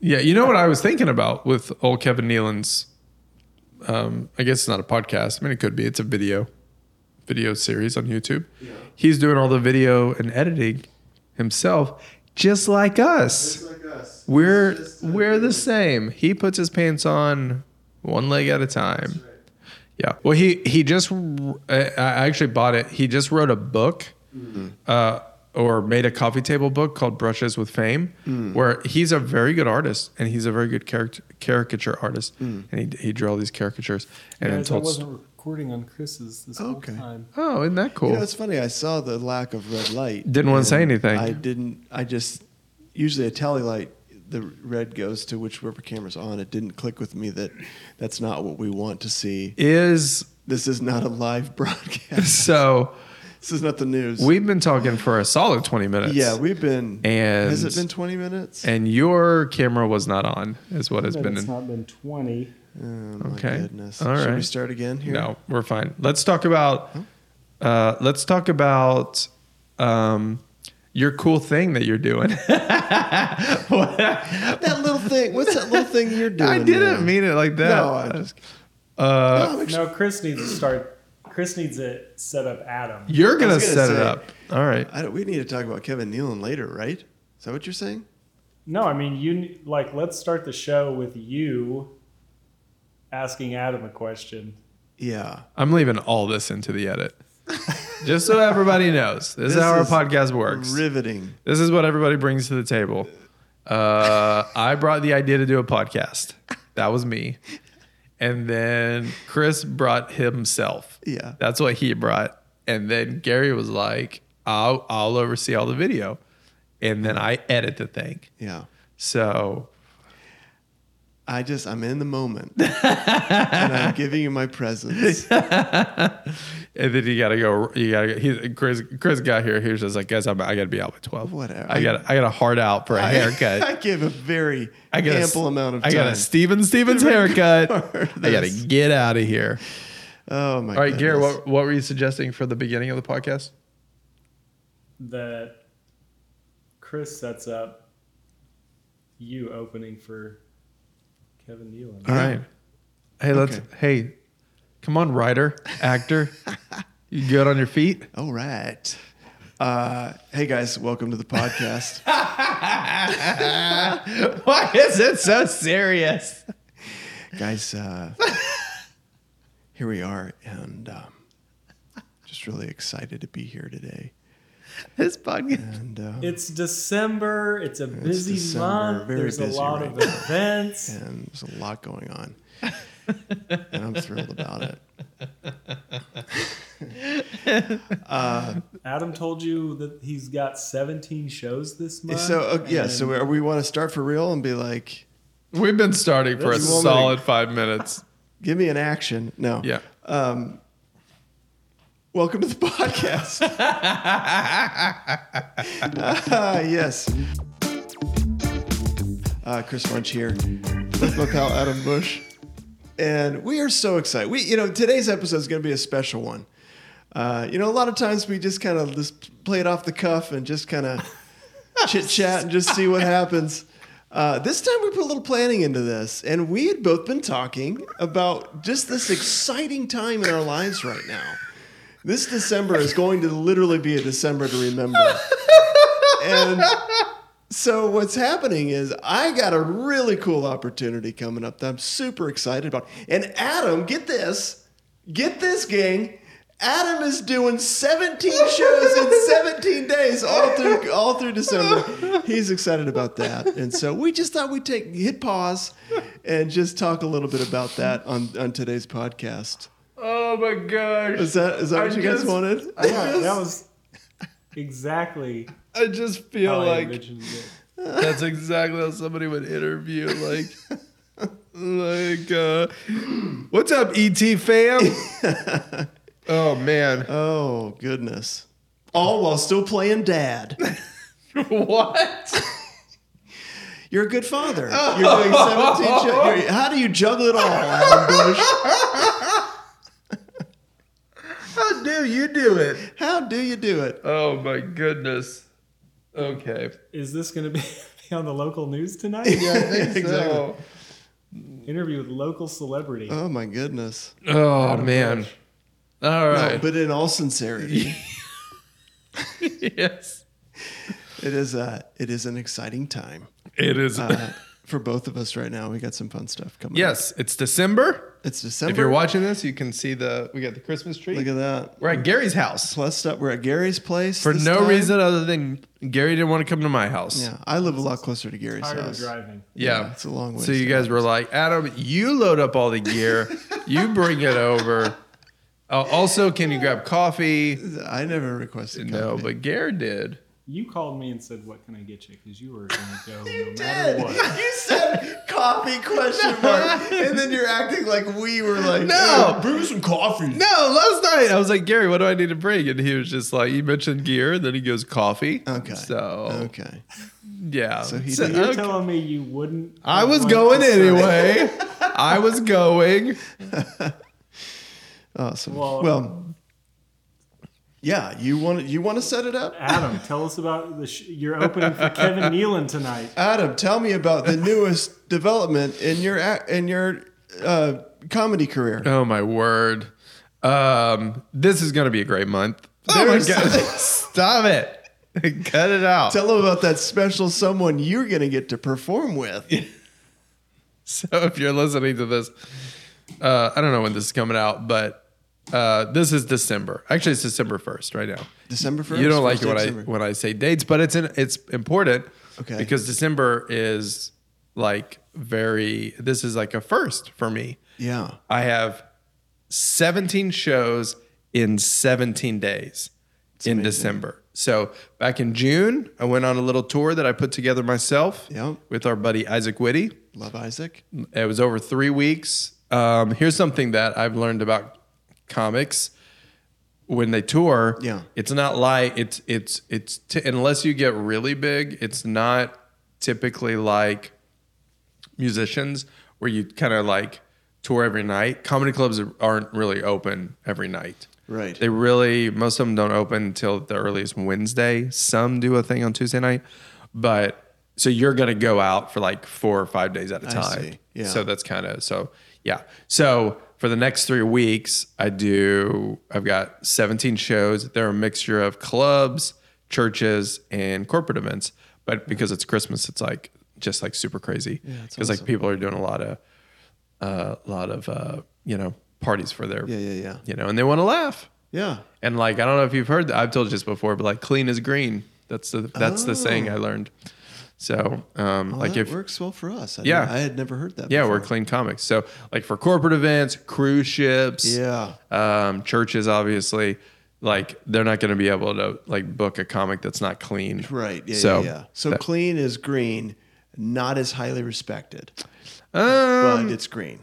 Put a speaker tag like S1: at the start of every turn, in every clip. S1: Yeah, you know what I was thinking about with old Kevin Nealon's. Um, I guess it's not a podcast. I mean, it could be. It's a video, video series on YouTube. He's doing all the video and editing himself, just like us.
S2: Just like us.
S1: We're
S2: It's just a
S1: we're the
S2: big-
S1: same. He puts his pants on one leg at a time.
S2: That's right.
S1: Yeah. Well, he he just I I actually bought it. He just wrote a book, uh, or made a coffee table book called Brushes with Fame, where he's a very good artist and he's a very good caric- caricature artist, and he he drew all these caricatures and then
S3: Guys, I
S1: told. st-
S3: wasn't recording on Chris's this whole
S2: Okay.
S3: time.
S1: Oh, isn't that cool?
S2: You know, it's funny. I saw the lack of red light.
S1: Didn't wanna
S2: and
S1: say anything.
S2: I didn't. I just usually a tally light. The red goes to whichever camera's on. It didn't click with me that that's not what we want to see.
S1: Is
S2: This is not a live broadcast.
S1: so
S2: this is not the news.
S1: we've been talking for a solid twenty minutes.
S2: yeah, we've been.
S1: And-
S2: has it been twenty minutes?
S1: And your camera was not on, is what has
S3: But
S1: been.
S3: it's
S1: in-
S3: not been 20.
S2: oh my
S1: okay.
S2: goodness.
S1: All
S2: Should we
S1: right.
S2: start again here? Hmm?
S1: No, we're fine. Let's talk about uh, let's talk about um, your cool thing that you're doing.
S2: That little thing. What's that little thing you're doing?
S1: I
S2: there?
S1: didn't mean it like that.
S2: No, I'm just-
S1: uh,
S2: No, I'm actually-
S3: No, Chris needs to start. Chris needs to set up Adam.
S1: you're gonna,
S2: I was gonna
S1: set it
S2: say-
S1: up. All right.
S2: I don't, we need to talk about Kevin Nealon later, right? Is that what you're saying?
S3: No, I mean you like let's start the show with you asking Adam a question.
S2: Yeah.
S1: I'm leaving all this into the edit, just so everybody knows. This, is
S2: This
S1: how our
S2: is
S1: podcast works.
S2: Riveting.
S1: this is what everybody brings to the table. Uh, I brought the idea to do a podcast. That was me. And then Chris brought himself.
S2: Yeah.
S1: That's what he brought. And then Gary was like, I'll, I'll oversee all the video. And then I edit the thing.
S2: Yeah.
S1: So
S2: I just I'm in the moment. and I'm giving you my presence.
S1: and then you gotta go. You gotta. Go, he, Chris, Chris got here. He was just like, "Guess I'm, I gotta be out by 12.
S2: Whatever.
S1: I got. I got a hard out for a haircut.
S2: I, give a very
S1: I got
S2: ample
S1: a,
S2: amount of
S1: I
S2: time.
S1: got a Steven Stevens haircut. I gotta
S2: this.
S1: get out of here.
S2: oh my
S1: All right, Gary,
S2: goodness.
S1: what, what were you suggesting for the beginning of the podcast?
S3: That Chris sets up you opening for Kevin Nealon.
S2: Uh,
S1: All right. Hey, let's.
S2: Okay.
S1: Hey, come on, writer, actor. you good on your feet?
S2: All right. Uh, hey guys, welcome to the podcast.
S1: Why is it so serious?
S2: guys, uh, here we are, and um, just really excited to be here today.
S1: This podcast.
S2: And um,
S3: It's December. It's a busy
S2: December,
S3: month.
S2: very
S3: There's
S2: busy
S3: a lot
S2: right
S3: of
S2: now.
S3: events.
S2: and there's a lot going on. and I'm thrilled about it.
S3: Adam told you that he's got 17 shows this month.
S2: So uh, yeah, so
S3: and
S2: we, we want to start for real and be like,
S1: We've been starting for a
S2: This woman-
S1: solid five minutes.
S2: give me an action. No.
S1: Yeah.
S2: Um, welcome to the podcast. Ah, yes. Uh, Chris Munch here with my pal Adam Bush, and we are so excited. We, you know, today's episode is going to be a special one. Uh, you know, a lot of times we just kind of just play it off the cuff and just kind of chit chat and just see what happens. Uh, this time we put a little planning into this, and we had both been talking about just this exciting time in our lives right now. This December is going to literally be a December to remember. And so what's happening is I got a really cool opportunity coming up that I'm super excited about. And Adam, get this, get this, gang. Adam is doing 17 shows in 17 days all through all through December. He's excited about that. And so we just thought we'd take hit pause and just talk a little bit about that on, on today's podcast.
S1: Oh my gosh.
S2: Is that is that what
S1: I
S2: you
S1: just-
S2: guys wanted?
S1: I
S3: Yeah,
S1: just,
S3: that was exactly
S1: I just feel
S3: how I
S1: like
S3: envisioned it.
S1: that's exactly how somebody would interview. Like, like, uh, what's up, ET fam? oh man.
S2: Oh goodness. All while still playing dad.
S1: What?
S2: You're a good father. You're doing 17 shows. How do you juggle it all, Adam Bush?
S1: How do you do it?
S2: How do you do it?
S1: Oh my goodness. Okay.
S3: Is this going to be on the local news tonight?
S2: Yeah, I think
S1: Exactly.
S2: so.
S3: Interview with local celebrity.
S2: Oh my goodness.
S1: Oh
S3: Adam
S1: man.
S3: Bush.
S1: All
S2: No,
S1: right.
S2: but in all sincerity,
S1: yes.
S2: it is a it is an exciting time
S1: It is.
S2: uh, for both of us right now. We got some fun stuff coming. up.
S1: yes, it's December.
S2: it's December.
S1: If you're watching this, you can see the we got the Christmas tree.
S2: look at that.
S1: We're at Gary's house
S2: Plus up, we're at Gary's place
S1: for
S2: this
S1: no
S2: time.
S1: reason other than Gary didn't want to come to my house.
S2: Yeah, I live a lot closer to Gary's
S3: Tired of
S2: house.
S3: driving.
S1: Yeah.
S2: it's a long way.
S1: So you guys were like, Adam, you load up all the gear, you bring it over. Uh, also, can you grab coffee?
S2: I never requested.
S1: No,
S2: company.
S1: but Gare did.
S3: You called me and said, "What can I get you?" Because you were gonna go no matter what.
S2: You said coffee question mark, and then you're acting like we were like "Oh,
S1: No.
S2: "Hey, brew some coffee.
S1: No, last night I was like, Gary, what do I need to bring? And he was just like, you mentioned gear, and then he goes coffee.
S2: Okay.
S1: So
S2: Okay.
S1: yeah. So
S2: he did.
S3: You're
S1: okay.
S3: telling me you wouldn't.
S1: I was
S3: want
S1: going
S3: to say-
S1: anyway. I was going.
S2: Awesome. Well,
S3: Well-
S2: yeah, you want to you want to set it up,
S3: Adam, tell us about the sh- your opening for Kevin Nealon tonight.
S2: Adam? Tell me about the newest development in your ac- in your uh, comedy career.
S1: Oh my word. Um, this is gonna be a great month. Oh my
S2: There's-
S1: god. Stop it. Cut it out.
S2: Tell them about that special someone you're going to get to perform with.
S1: So if you're listening to this, uh, I don't know when this is coming out, but uh, this is December. Actually, it's December first right now.
S2: December first.
S1: You don't like it when I when I say dates, but it's in, it's important
S2: Okay.
S1: because December is like very. This is like a first for me.
S2: yeah.
S1: I have 17 shows in 17 days in
S2: amazing.
S1: December. So back in June, I went on a little tour that I put together myself
S2: Yep.
S1: with our buddy Isaac Whitty.
S2: Love Isaac.
S1: It was over three weeks. Um, here's something that I've learned about comics when they tour.
S2: Yeah.
S1: it's not like it's it's it's t- unless you get really big, it's not typically like musicians where you kind of like tour every night. Comedy clubs aren't really open every night.
S2: Right.
S1: They really most of them don't open until the earliest Wednesday. Some do a thing on Tuesday night, but so you're gonna go out for like four or five days at a time.
S2: see. Yeah.
S1: So that's kind of so yeah. So for the next three weeks, I do I've got 17 shows. They're a mixture of clubs, churches, and corporate events. But because it's Christmas, it's like just like super crazy. Yeah,
S2: it's
S1: because like people are doing a lot of uh, a lot of uh, you know parties for their
S2: Yeah, yeah, yeah.
S1: you know, and they want to laugh.
S2: Yeah.
S1: And like, I don't know if you've heard that. I've told you this before, but like, clean is green. That's the that's the saying I learned. So, um,
S2: Well,
S1: like
S2: Oh. that
S1: if
S2: works well for us. I
S1: Yeah.
S2: didn't- I had never heard that.
S1: yeah,
S2: before.
S1: we're clean comics. So like for corporate events, cruise ships,
S2: Yeah.
S1: um, churches, obviously, like they're not going to be able to like book a comic that's not clean,
S2: Right. Yeah.
S1: so
S2: yeah, yeah. So
S1: that-
S2: clean is green, not as highly respected,
S1: um,
S2: but it's green.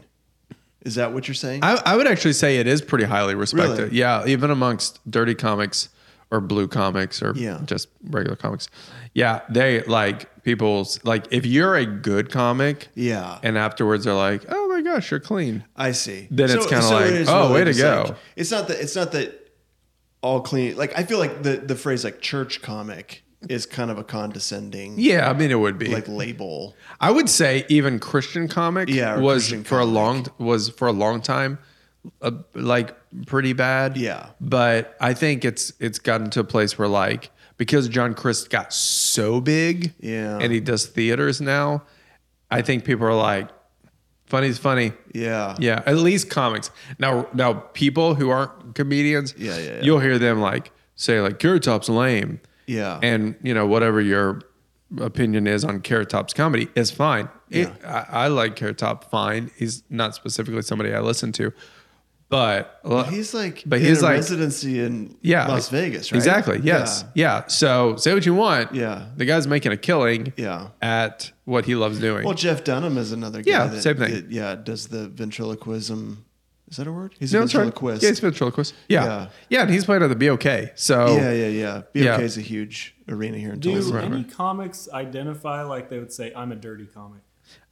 S2: Is that what you're saying?
S1: I, I would actually say it is pretty highly respected.
S2: Really?
S1: Yeah, even amongst dirty comics or blue comics or
S2: Yeah.
S1: just regular comics. Yeah, they like people's like if you're a good comic
S2: yeah.
S1: and afterwards they're like, "Oh my gosh, you're clean."
S2: I see.
S1: Then it's kinda like,
S2: it is
S1: oh, way to
S2: just
S1: go.
S2: like- it's not that. It's not that all clean. Like I feel like the the phrase like church comic is kind of a condescending
S1: Yeah, I mean it would be.
S2: like label.
S1: I would say even Christian comic
S2: Yeah, or
S1: was
S2: Christian
S1: for a long was for a long time uh, like pretty bad.
S2: Yeah.
S1: But I think it's it's gotten to a place where like because John Christ got so big
S2: Yeah.
S1: and he does theaters now, I think people are like funny's funny.
S2: Yeah.
S1: Yeah, at least comics. Now now people who aren't comedians,
S2: Yeah, yeah, yeah.
S1: you'll hear them like say like Carrot Top's lame.
S2: Yeah.
S1: And you know, whatever your opinion is on Carrot Top's comedy is fine. It, I, I like Carrot Top fine. He's not specifically somebody I listen to. But
S2: He's like,
S1: But
S2: in
S1: he's
S2: a
S1: like-
S2: residency in
S1: yeah,
S2: Las Vegas, right?
S1: Exactly. Yes. Yeah. So say what you want.
S2: Yeah.
S1: The guy's making a killing
S2: Yeah.
S1: at what he loves doing.
S2: Well, Jeff Dunham is another guy.
S1: Yeah,
S2: that,
S1: same thing.
S2: that, yeah, does the ventriloquism. Is that a word? He's
S1: No,
S2: a
S1: it's right.
S2: ventriloquist.
S1: Yeah, he's ventriloquist. Yeah.
S2: Yeah.
S1: yeah. and he's playing at the BOK. So
S2: yeah, yeah, yeah. BOK
S1: Yeah.
S2: is a huge arena here in
S3: Do
S2: Tulsa.
S3: any comics identify like they would say, "I'm a dirty comic"?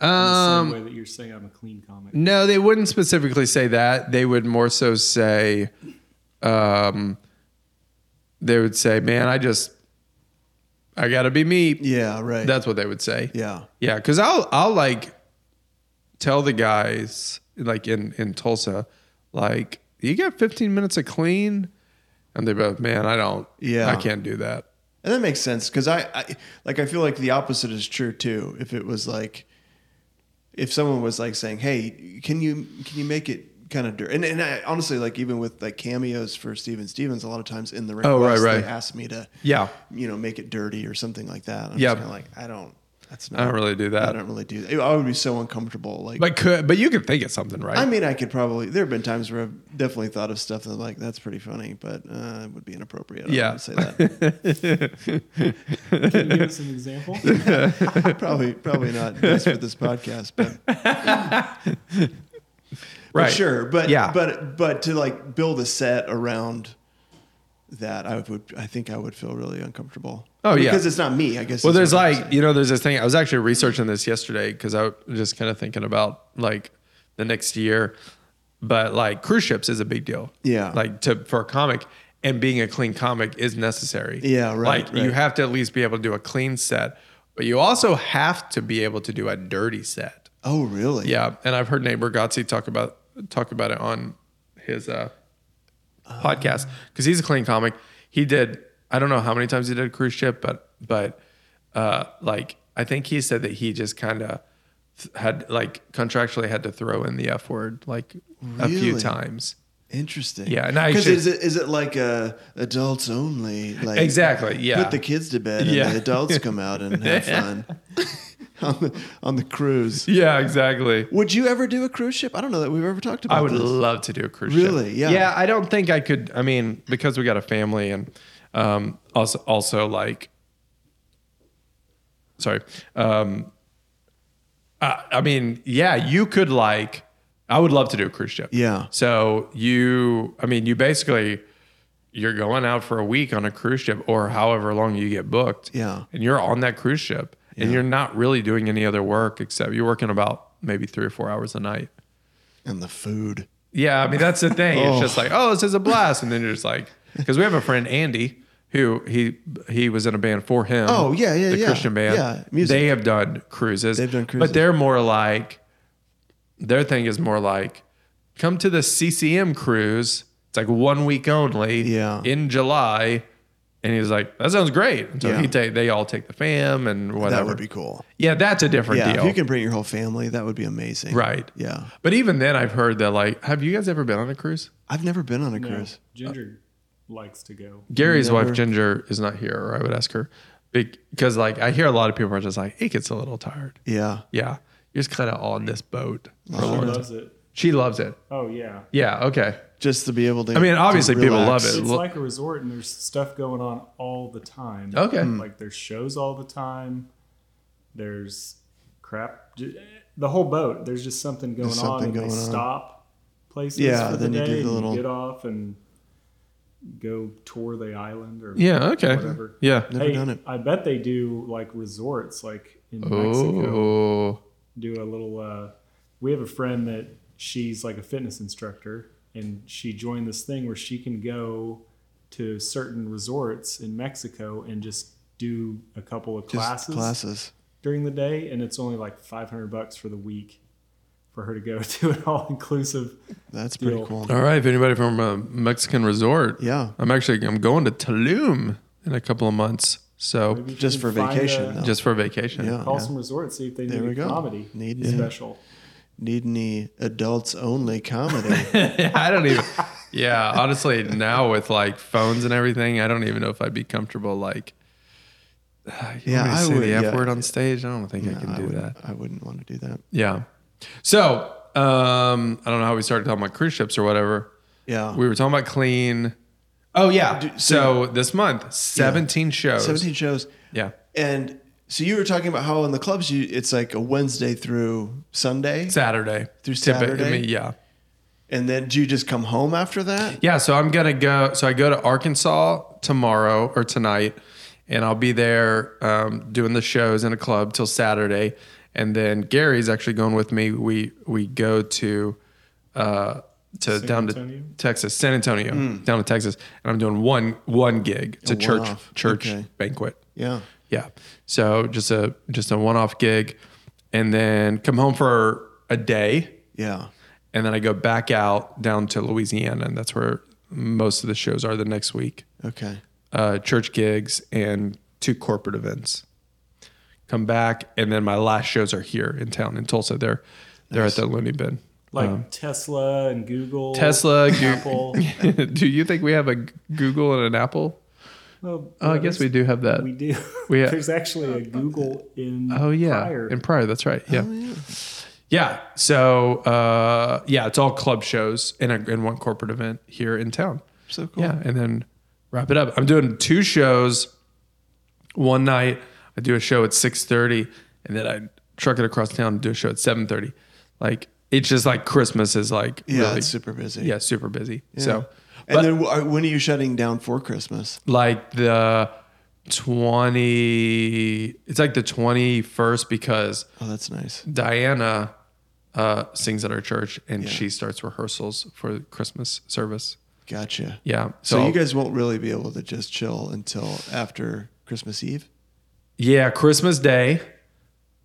S3: In the
S1: um
S3: same way that you're saying, "I'm a clean comic."
S1: No, they wouldn't specifically say that. They would more so say, um, they would say, "Man, I just, I gotta be me.
S2: Yeah, right.
S1: That's what they would say.
S2: yeah.
S1: Yeah, because I'll I'll like tell the guys like in in Tulsa, like you got 15 minutes of clean, and they're both, man, I don't.
S2: Yeah.
S1: I can't do that.
S2: And that makes sense because I, I, like, I feel like the opposite is true too. If it was like, if someone was like saying, "Hey, can you can you make it kind of dirty?" And, and I, honestly, like, even with like cameos for Steven Stevens, a lot of times in the request,
S1: Oh, right, right.
S2: they ask me to,
S1: Yeah,
S2: you know, make it dirty or something like that. I'm
S1: Yeah.
S2: kind of like, I don't. That's not.
S1: I don't really do
S2: I
S1: that.
S2: don't really do that. I would be so uncomfortable. Like,
S1: But could but you could think of something, right?
S2: I mean, I could probably. There have been times where I've definitely thought of stuff that like that's pretty funny, but uh, it would be inappropriate. I
S1: Yeah.
S2: would say that.
S3: Can you give us an example?
S2: probably, probably not best for this podcast, but, but
S1: right.
S2: sure. But
S1: Yeah.
S2: but but to like build a set around that, I would. I think I would feel really uncomfortable.
S1: Oh, yeah.
S2: because it's not me. I guess.
S1: Well,
S2: is
S1: there's
S2: what I'm
S1: like, you know, there's this thing. I was actually researching this yesterday because I was just kind of thinking about like the next year. But like cruise ships is a big deal.
S2: Yeah.
S1: Like to for a comic and being a clean comic is necessary.
S2: Yeah, right,
S1: Like
S2: right.
S1: you have to at least be able to do a clean set, but you also have to be able to do a dirty set.
S2: Oh really?
S1: Yeah. And I've heard Nate Bargatze talk about talk about it on his uh, podcast because he's a clean comic. He did I don't know how many times he did a cruise ship, but but uh, like I think he said that he just kind of had like contractually had to throw in the f word like a few
S2: Really?
S1: times.
S2: Interesting.
S1: Yeah, and I
S2: because
S1: should-
S2: is it is it like a adults only? Like
S1: Exactly, yeah.
S2: Put the kids to bed,
S1: Yeah.
S2: and the adults come out and have fun on the on the cruise.
S1: Yeah, exactly.
S2: Would you ever do a cruise ship? I don't know that we've ever talked about.
S1: I would
S2: this.
S1: love to do a cruise ship.
S2: Really? Yeah.
S1: Yeah. I don't think I could. I mean, because we got a family and um, also also like, sorry. Um, I, I mean, yeah, you could like. I would love to do a cruise ship.
S2: Yeah.
S1: So you, I mean, you basically you're going out for a week on a cruise ship or however long you get booked.
S2: Yeah.
S1: And you're on that cruise ship and you're not really doing any other work except you're working about maybe three or four hours a night.
S2: and the food.
S1: Yeah, I mean that's the thing.
S2: Oh.
S1: It's just like, oh, this is a blast, and then you're just like, because we have a friend Andy who he he was in a band for him.
S2: Oh, yeah, yeah,
S1: the
S2: yeah.
S1: Christian band.
S2: Yeah, music.
S1: They have done cruises.
S2: They've done
S1: but
S2: cruises.
S1: they're more like their thing is more like come to the CCM cruise. It's like one week only.
S2: Yeah.
S1: in July. And he's like, "That sounds great." And so
S2: Yeah.
S1: he take, they all take the fam and whatever.
S2: That would be cool.
S1: yeah, that's a different
S2: Yeah,
S1: deal.
S2: if you can bring your whole family, that would be amazing.
S1: right.
S2: Yeah,
S1: But even then, I've heard that like, have you guys ever been on a cruise?
S2: I've never been on a
S3: No,
S2: cruise.
S3: Ginger likes to go.
S1: Gary's
S2: Never.
S1: wife Ginger is not here, or I would ask her because like I hear a lot of people are just like it gets a little tired.
S2: Yeah,
S1: Yeah, you're just kind of on this boat. for a
S3: She
S1: long time.
S3: loves it.
S1: She loves it.
S3: Oh yeah.
S1: Yeah. Okay.
S2: just to be able to.
S1: I mean,
S2: to
S1: obviously people
S2: relax.
S1: love it.
S3: It's
S1: lo-
S3: like a resort, and there's stuff going on all the time.
S1: Okay.
S2: Hmm.
S1: Mm.
S3: Like there's shows all the time. There's crap. j- The whole boat. There's just something going
S2: There's
S3: on.
S2: something
S3: and
S2: going
S3: they
S2: on.
S3: stop places.
S2: Yeah,
S3: For the
S2: then you
S3: day
S2: do the
S3: and
S2: little-
S3: get off and go tour the island or
S1: Yeah. Okay.
S3: Whatever.
S1: Yeah.
S2: Never
S3: Hey,
S2: done it.
S3: I bet they do like resorts, like in Mexico.
S1: Oh.
S3: do a little uh, we have a friend that she's like a fitness instructor and she joined this thing where she can go to certain resorts in mexico and just do a couple of
S2: Just
S3: classes
S2: classes.
S3: during the day and it's only like 500 bucks for the week for her to go to an all-inclusive
S2: That's pretty
S3: Deal.
S2: cool.
S1: All right. If anybody from a Mexican resort,
S2: Yeah.
S1: I'm actually I'm going to Tulum in a couple of months, so
S3: Maybe you
S2: Oh, Just
S3: can
S2: for
S3: find
S2: vacation,
S3: a-
S2: though.
S1: just for vacation.
S2: Yeah.
S3: call some resorts see if they
S2: There we
S3: need a
S2: go.
S3: comedy
S2: Need- yeah.
S3: special
S2: Need any adults only comedy?
S1: I don't even. Yeah, honestly, now with like phones and everything, I don't even know if I'd be comfortable. Like,
S2: Yeah,
S1: yeah, I
S2: I
S1: say
S2: would,
S1: the F
S2: yeah.
S1: word on stage. I don't think I can
S2: I,
S1: do
S2: wouldn't,
S1: that.
S2: I wouldn't want to do that.
S1: Yeah. So um, I don't know how we started talking about cruise ships or whatever.
S2: Yeah.
S1: We were talking about clean. Oh yeah.
S2: Dude,
S1: so, this month, seventeen shows.
S2: 17 shows.
S1: Yeah.
S2: And so you were talking about how in the clubs you it's like a Wednesday through Sunday.
S1: Saturday
S2: Through
S1: Typi- I
S2: Saturday?
S1: mean, yeah.
S2: And then do you just come home after that?
S1: Yeah, so I'm gonna go. So I go to Arkansas tomorrow or tonight, and I'll be there um, doing the shows in a club till Saturday. And then Gary's actually going with me. We we go to uh, to
S3: San
S1: down
S3: Antonio?
S1: to Texas, San Antonio, down to Texas, and I'm doing one one gig. It's a
S2: one
S1: church
S2: off.
S1: church
S2: Okay.
S1: banquet.
S2: Yeah.
S1: Yeah. So just a just a one off gig, and then come home for a day,
S2: Yeah.
S1: and then I go back out down to Louisiana, and that's where most of the shows are the next week.
S2: Okay.
S1: Uh, church gigs and two corporate events. Come back, and then my last shows are here in town in Tulsa. They're they're at the Looney Bin.
S3: like Tesla and Google,
S1: Tesla, Goo-
S3: Apple.
S1: do you think we have a Google and an Apple?
S3: Well,
S1: Oh, I
S3: yeah,
S1: guess
S3: there's-
S1: we do have that.
S3: We do.
S1: We have-
S3: There's actually a Google in.
S1: Oh yeah,
S3: Pryor.
S1: in Pryor. That's right. Yeah. yeah. So uh, yeah, it's all club shows and a, and one corporate event here in town.
S2: So cool.
S1: Yeah, and then wrap it up. I'm doing two shows. One night I do a show at 6:30, and then I truck it across town and do a show at 7:30. Like it's just like Christmas is like
S2: Yeah,
S1: really,
S2: it's super busy.
S1: yeah super busy.
S2: Yeah.
S1: So
S2: and then wh- uh, when are you shutting down for Christmas?
S1: like the 20 it's like the 21st because
S2: Oh, that's nice.
S1: Diana uh, sings at our church, and
S2: Yeah.
S1: she starts rehearsals for Christmas service.
S2: Gotcha.
S1: Yeah.
S2: So, you guys won't really be able to just chill until after Christmas Eve.
S1: yeah, Christmas Day,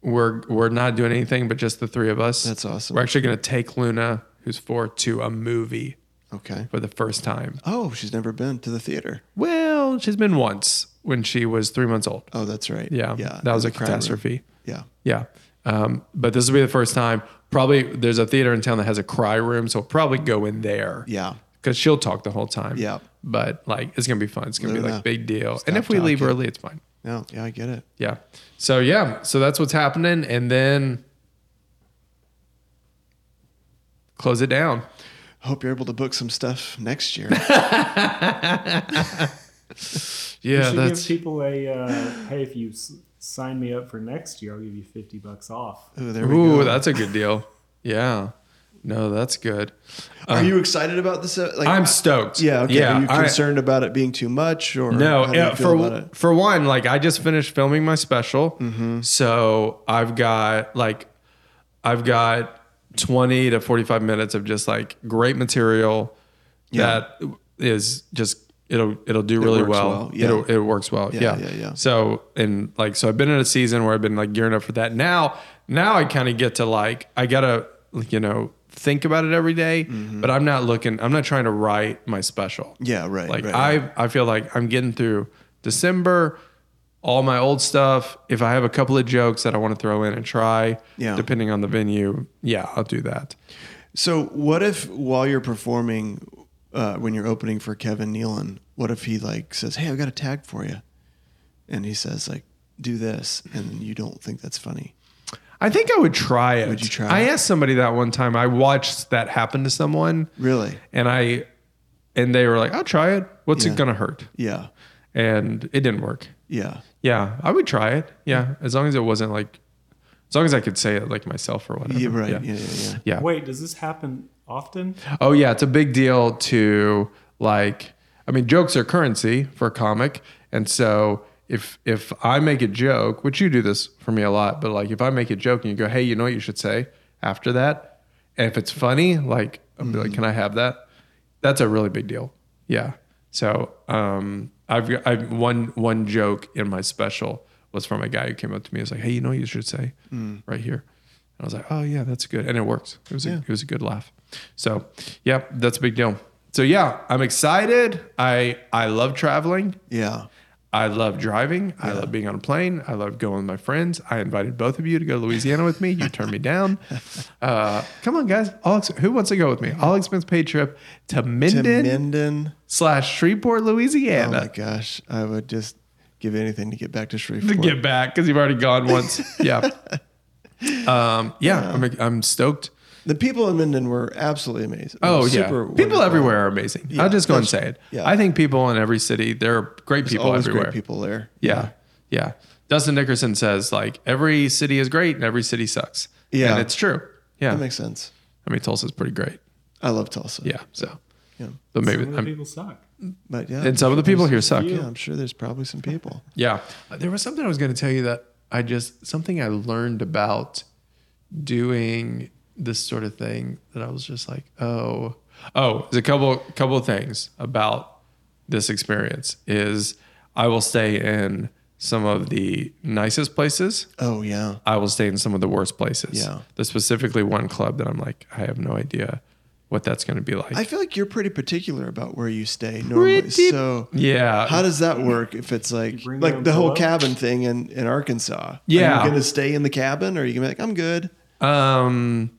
S1: we're we're not doing anything but just the three of us.
S2: That's awesome.
S1: We're actually gonna take Luna, who's four, to a movie
S2: Okay.
S1: for the first time.
S2: Oh, she's never been to the theater.
S1: Well, she's been once when she was three months old.
S2: Oh, that's right.
S1: Yeah,
S2: Yeah.
S1: that was
S2: in
S1: a
S2: the crime room.
S1: catastrophe.
S2: Yeah.
S1: Yeah. Um, but this will be the first time. Probably there's a theater in town that has a cry room, so we'll probably go in there.
S2: Yeah.
S1: because she'll talk the whole time.
S2: Yeah.
S1: But like, it's gonna be fun. It's gonna be
S2: Luna,
S1: like big deal. and if we
S2: talking.
S1: leave early, it's fine.
S2: No. Yeah, I get it.
S1: Yeah. So yeah. So that's what's happening, and then close it down.
S2: Hope you're able to book some stuff next year.
S3: You
S1: Yeah.
S3: should
S1: That's
S3: give people a uh, hey, if you s- sign me up for next year, I'll give you fifty bucks off.
S2: Ooh, there we
S1: ooh,
S2: go.
S1: that's a good deal. Yeah. No, that's good.
S2: Are you excited about this? uh, Like,
S1: uh, I'm stoked.
S2: Yeah. Okay.
S1: Yeah.
S2: Are you
S1: I-
S2: concerned about it being too much or
S1: No,
S2: how do you
S1: yeah,
S2: feel about
S1: for
S2: it? Mm-hmm.
S1: for one, like I just finished filming my special, so I've got like I've got twenty to forty five minutes of just like great material that is just it'll it'll do really
S2: works
S1: well.
S2: well, yeah.
S1: It'll, it works well. Yeah,
S2: yeah, yeah.
S1: So and like so, I've been in a season where I've been like gearing up for that. Now, now I kind of get to like I gotta you know think about it every day, but I'm not looking. I'm not trying to write my special.
S2: Mm-hmm. Yeah. Right.
S1: Like
S2: right,
S1: I
S2: right.
S1: I feel like I'm getting through December, all my old stuff. If I have a couple of jokes that I want to throw in and try,
S2: Yeah.
S1: depending on the venue, yeah, I'll do that.
S2: So what if while you're performing, uh, when you're opening for Kevin Nealon, what if he like says, "Hey, I've got a tag for you," and he says like, "Do this," and you don't think that's funny?
S1: I think I would try it.
S2: you try
S1: I
S2: it?
S1: asked somebody that one time. I watched that happen to someone,
S2: Really?
S1: and I and they were like, "I'll try it. What's
S2: Yeah.
S1: it gonna hurt?"
S2: Yeah.
S1: And it didn't work.
S2: Yeah.
S1: Yeah, I would try it. Yeah, as long as it wasn't like, as long as I could say it like myself or whatever.
S2: Yeah. Right. Yeah. Yeah. Yeah.
S1: Mm-hmm. yeah.
S3: Wait, does this happen often?
S1: Oh yeah, it's a big deal to like. I mean, jokes are currency for a comic, and so if if I make a joke, which you do this for me a lot, but like if I make a joke and you go, "Hey, you know what you should say after that," and if it's funny, like I'll be like, "Can I have that?" That's a really big deal. Yeah. So um, I've got- I've one one joke in my special was from a guy who came up to me. He was like, "Hey, you know what you should say right here." And I was like, "Oh yeah, that's good," and it worked. It was a, it was a good laugh. So, yeah, that's a big deal. So yeah, I'm excited. I I love traveling.
S2: yeah.
S1: I love driving. I love being on a plane. I love going with my friends. I invited both of you to go to Louisiana with me. You turned me down. Uh, come on, guys. All ex- who wants to go with me? All expense paid trip to
S2: To
S1: Minden
S2: Minden.
S1: slash Shreveport,
S2: Oh my
S1: Louisiana.
S2: gosh, I would just give anything to get back to
S1: to
S2: Shreveport.
S1: get back because you've already gone once. yeah. Um, yeah, I'm, I'm stoked.
S2: the people in Minden were absolutely amazing.
S1: Oh yeah, people
S2: Super wonderful.
S1: everywhere are amazing. I'll just go and say it.
S2: yeah.
S1: I think people in every city, there are great people
S2: Always
S1: everywhere.
S2: great people there.
S1: Yeah, yeah. Dustin Dickerson says like every city is great and every city sucks.
S2: Yeah.
S1: and it's true. Yeah,
S2: That makes sense.
S1: I mean Tulsa's pretty great.
S2: I love Tulsa.
S1: Yeah, so
S2: Yeah.
S1: but maybe
S3: Some of the
S1: I'm-
S3: people suck.
S2: But yeah.
S1: and some of the people here suck.
S2: yeah, I'm sure there's probably some people.
S1: Yeah. Uh, There was something I was going to tell you that I just, something I learned about doing this sort of thing that I was just like, oh, oh, there's a couple, couple of things about this experience is I will stay in some of the nicest places.
S2: Oh yeah.
S1: I will stay in some of the worst places.
S2: Yeah.
S1: There's specifically one club that I'm like, I have no idea what that's going to be like.
S2: I feel like you're pretty particular about where you stay normally.
S1: Pretty-
S2: So
S1: yeah.
S2: how does that work if it's like
S3: You bring your
S2: like
S3: own
S2: the whole
S3: pillow?
S2: cabin thing in, in Arkansas? Are
S1: Yeah.
S2: you gonna stay in the cabin or are you gonna be like, I'm good?
S1: Um,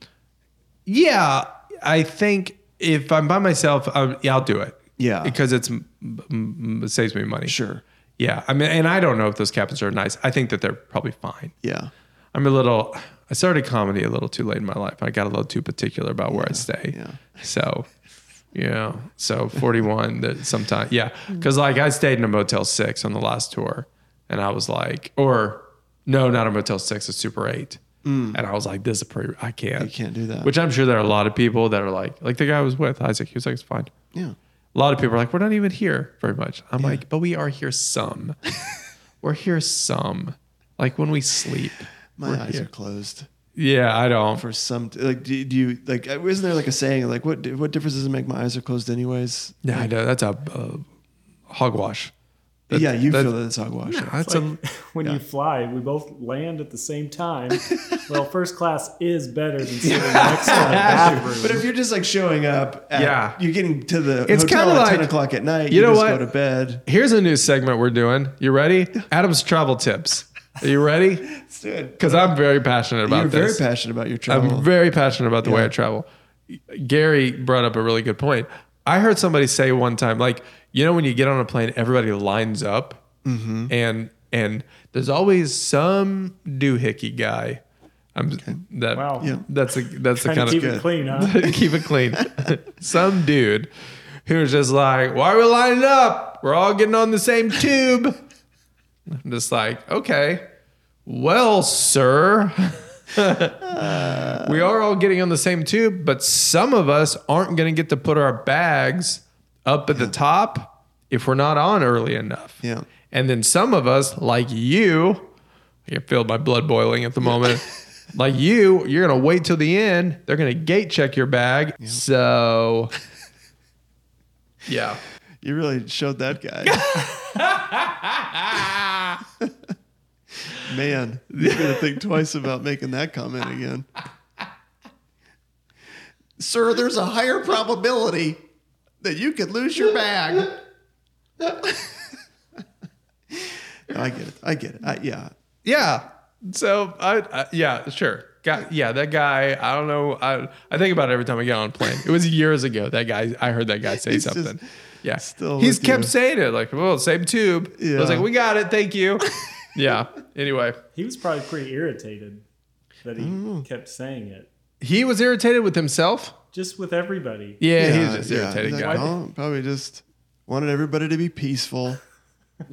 S1: yeah, I think if I'm by myself, um, yeah, I'll do it.
S2: Yeah.
S1: because it's m- m- m- saves me money.
S2: Sure.
S1: Yeah, I mean, and I don't know if those cabins are nice. I think that they're probably fine.
S2: Yeah.
S1: I'm a little. I started comedy a little too late in my life. I got a little too particular about where I stay.
S2: yeah.
S1: So, yeah. So 41. that sometimes, yeah, because like I stayed in a Motel Six on the last tour, and I was like, or no, not a Motel Six, a Super Eight. And I was like, this is pretty. I can't.
S2: Mm. You can't do that.
S1: Which I'm sure there are a lot of people that are like, like the guy I was with, Isaac. He was like, it's fine.
S2: Yeah.
S1: A lot of people are like, we're not even here very much. I'm like, but we are here some. we're here some. Like when we sleep.
S2: My
S1: we're
S2: eyes
S1: here.
S2: are closed
S1: Yeah, I don't.
S2: for some. Like, do, do you like? uh, Isn't there like a saying like what what difference does it make? My eyes are closed anyways.
S1: yeah, I know. That's a uh, hogwash. That-
S2: yeah, you
S1: that-
S2: feel that it's hogwash.
S1: No, that's
S3: Like, when you fly, we both land at the same time. well, first class is better than sitting next to the bathroom.
S2: But if you're just like showing up, at,
S1: Yeah.
S2: you're getting to the
S1: It's
S2: hotel
S1: kinda
S2: at ten
S1: like-
S2: o'clock at night.
S1: you
S2: You,
S1: know
S2: just
S1: what?
S2: go to bed.
S1: a, here's a new segment we're doing. You ready? Adam's travel tips. Are you ready?
S2: Let's do it.
S1: Because I'm very passionate about
S2: You're
S1: this.
S2: very passionate about your travel.
S1: I'm very passionate about the way I travel. Gary brought up a really good point. I heard somebody say one time, like, you know, when you get on a plane, everybody lines up, and and there's always some doohickey guy. I'm that.
S3: Wow. Yeah.
S1: That's a, that's the
S3: Trying
S1: kind
S3: to
S1: of
S3: keep it clean, huh?
S1: keep it clean. Some dude who's just like, why are we lining up? We're all getting on the same tube. I'm just like, okay, well, sir. we are all getting on the same tube, but some of us aren't going to get to put our bags up at the top if we're not on early enough.
S2: Yeah.
S1: And then some of us, like you, I feel my blood boiling at the moment. like you, you're gonna wait till the end. They're gonna gate check your bag. So, yeah.
S2: you really showed that guy. Man, you're gonna think twice about making that comment again. Sir, there's a higher probability that you could lose your bag. I get it. I get it. I, yeah.
S1: Yeah. So I, I yeah, sure. Got, yeah, that guy. I don't know. I I think about it every time I get on a plane. It was years ago. That guy. I heard that guy say
S2: He's just
S1: something. Yeah.
S2: still
S1: He's
S2: with
S1: kept
S2: you.
S1: saying it like, well, same tube. I was
S2: Yeah.
S1: like, we got it. Thank you. yeah. Anyway,
S3: He was probably pretty irritated that he
S1: Oh.
S3: kept saying it.
S1: he was irritated with himself.
S3: Just with everybody.
S1: Yeah, he was
S2: Yeah,
S1: just
S2: yeah.
S1: irritated
S2: He's
S1: guy.
S2: like, "Oh, probably just wanted everybody to be peaceful.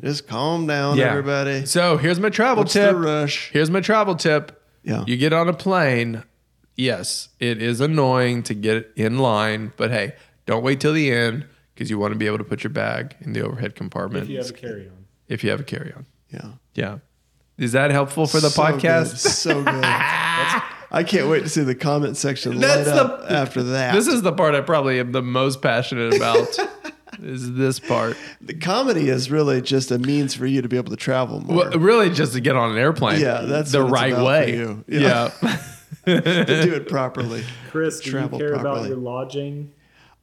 S2: just calm down,
S1: Yeah.
S2: everybody.
S1: So here's my travel
S2: What's
S1: tip.
S2: the rush?
S1: Here's my travel tip.
S2: Yeah.
S1: You get on a plane. Yes, it is annoying to get in line, but hey, don't wait till the end because you want to be able to put your bag in the overhead compartment
S3: If you have a carry on.
S1: a carry on.
S2: yeah.
S1: Yeah. Is that helpful for the
S2: So
S1: podcast?
S2: good. So good. I can't wait to see the comment section
S1: That's
S2: light
S1: the-
S2: up after that.
S1: This is the part I probably am the most passionate about. is this part?
S2: the comedy is really just a means for you to be able to travel more.
S1: Well, really, just to get on an airplane.
S2: Yeah, that's
S1: the
S2: what it's
S1: right
S2: about for
S1: way.
S2: you.
S1: Yeah.
S2: Yeah. to do it properly.
S3: Chris, do you
S2: Travel
S3: care about
S2: properly.
S3: your lodging?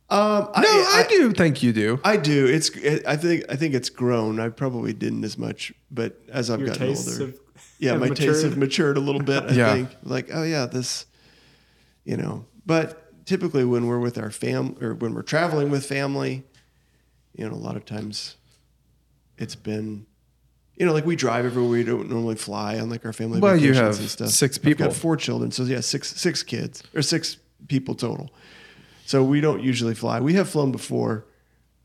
S2: Um, I,
S1: no, I, do think you do.
S2: I do. It's. I think. I think it's grown. I probably didn't as much, but as I've
S3: Your
S2: gotten
S3: tastes
S2: older,
S3: have,
S2: yeah,
S3: have
S2: my tastes have
S3: matured?
S2: matured a little bit. I
S1: Yeah.
S2: think like, oh yeah, this, you know. But typically, when we're with our fam or when we're traveling with family, you know, a lot of times, it's been, you know, like we drive everywhere. We don't normally fly on like our family
S1: Well, you
S2: vacations
S1: have
S2: and stuff.
S1: six
S2: I've
S1: people.
S2: got four children, so yeah, six six kids or six people total. So we don't usually fly. We have flown before,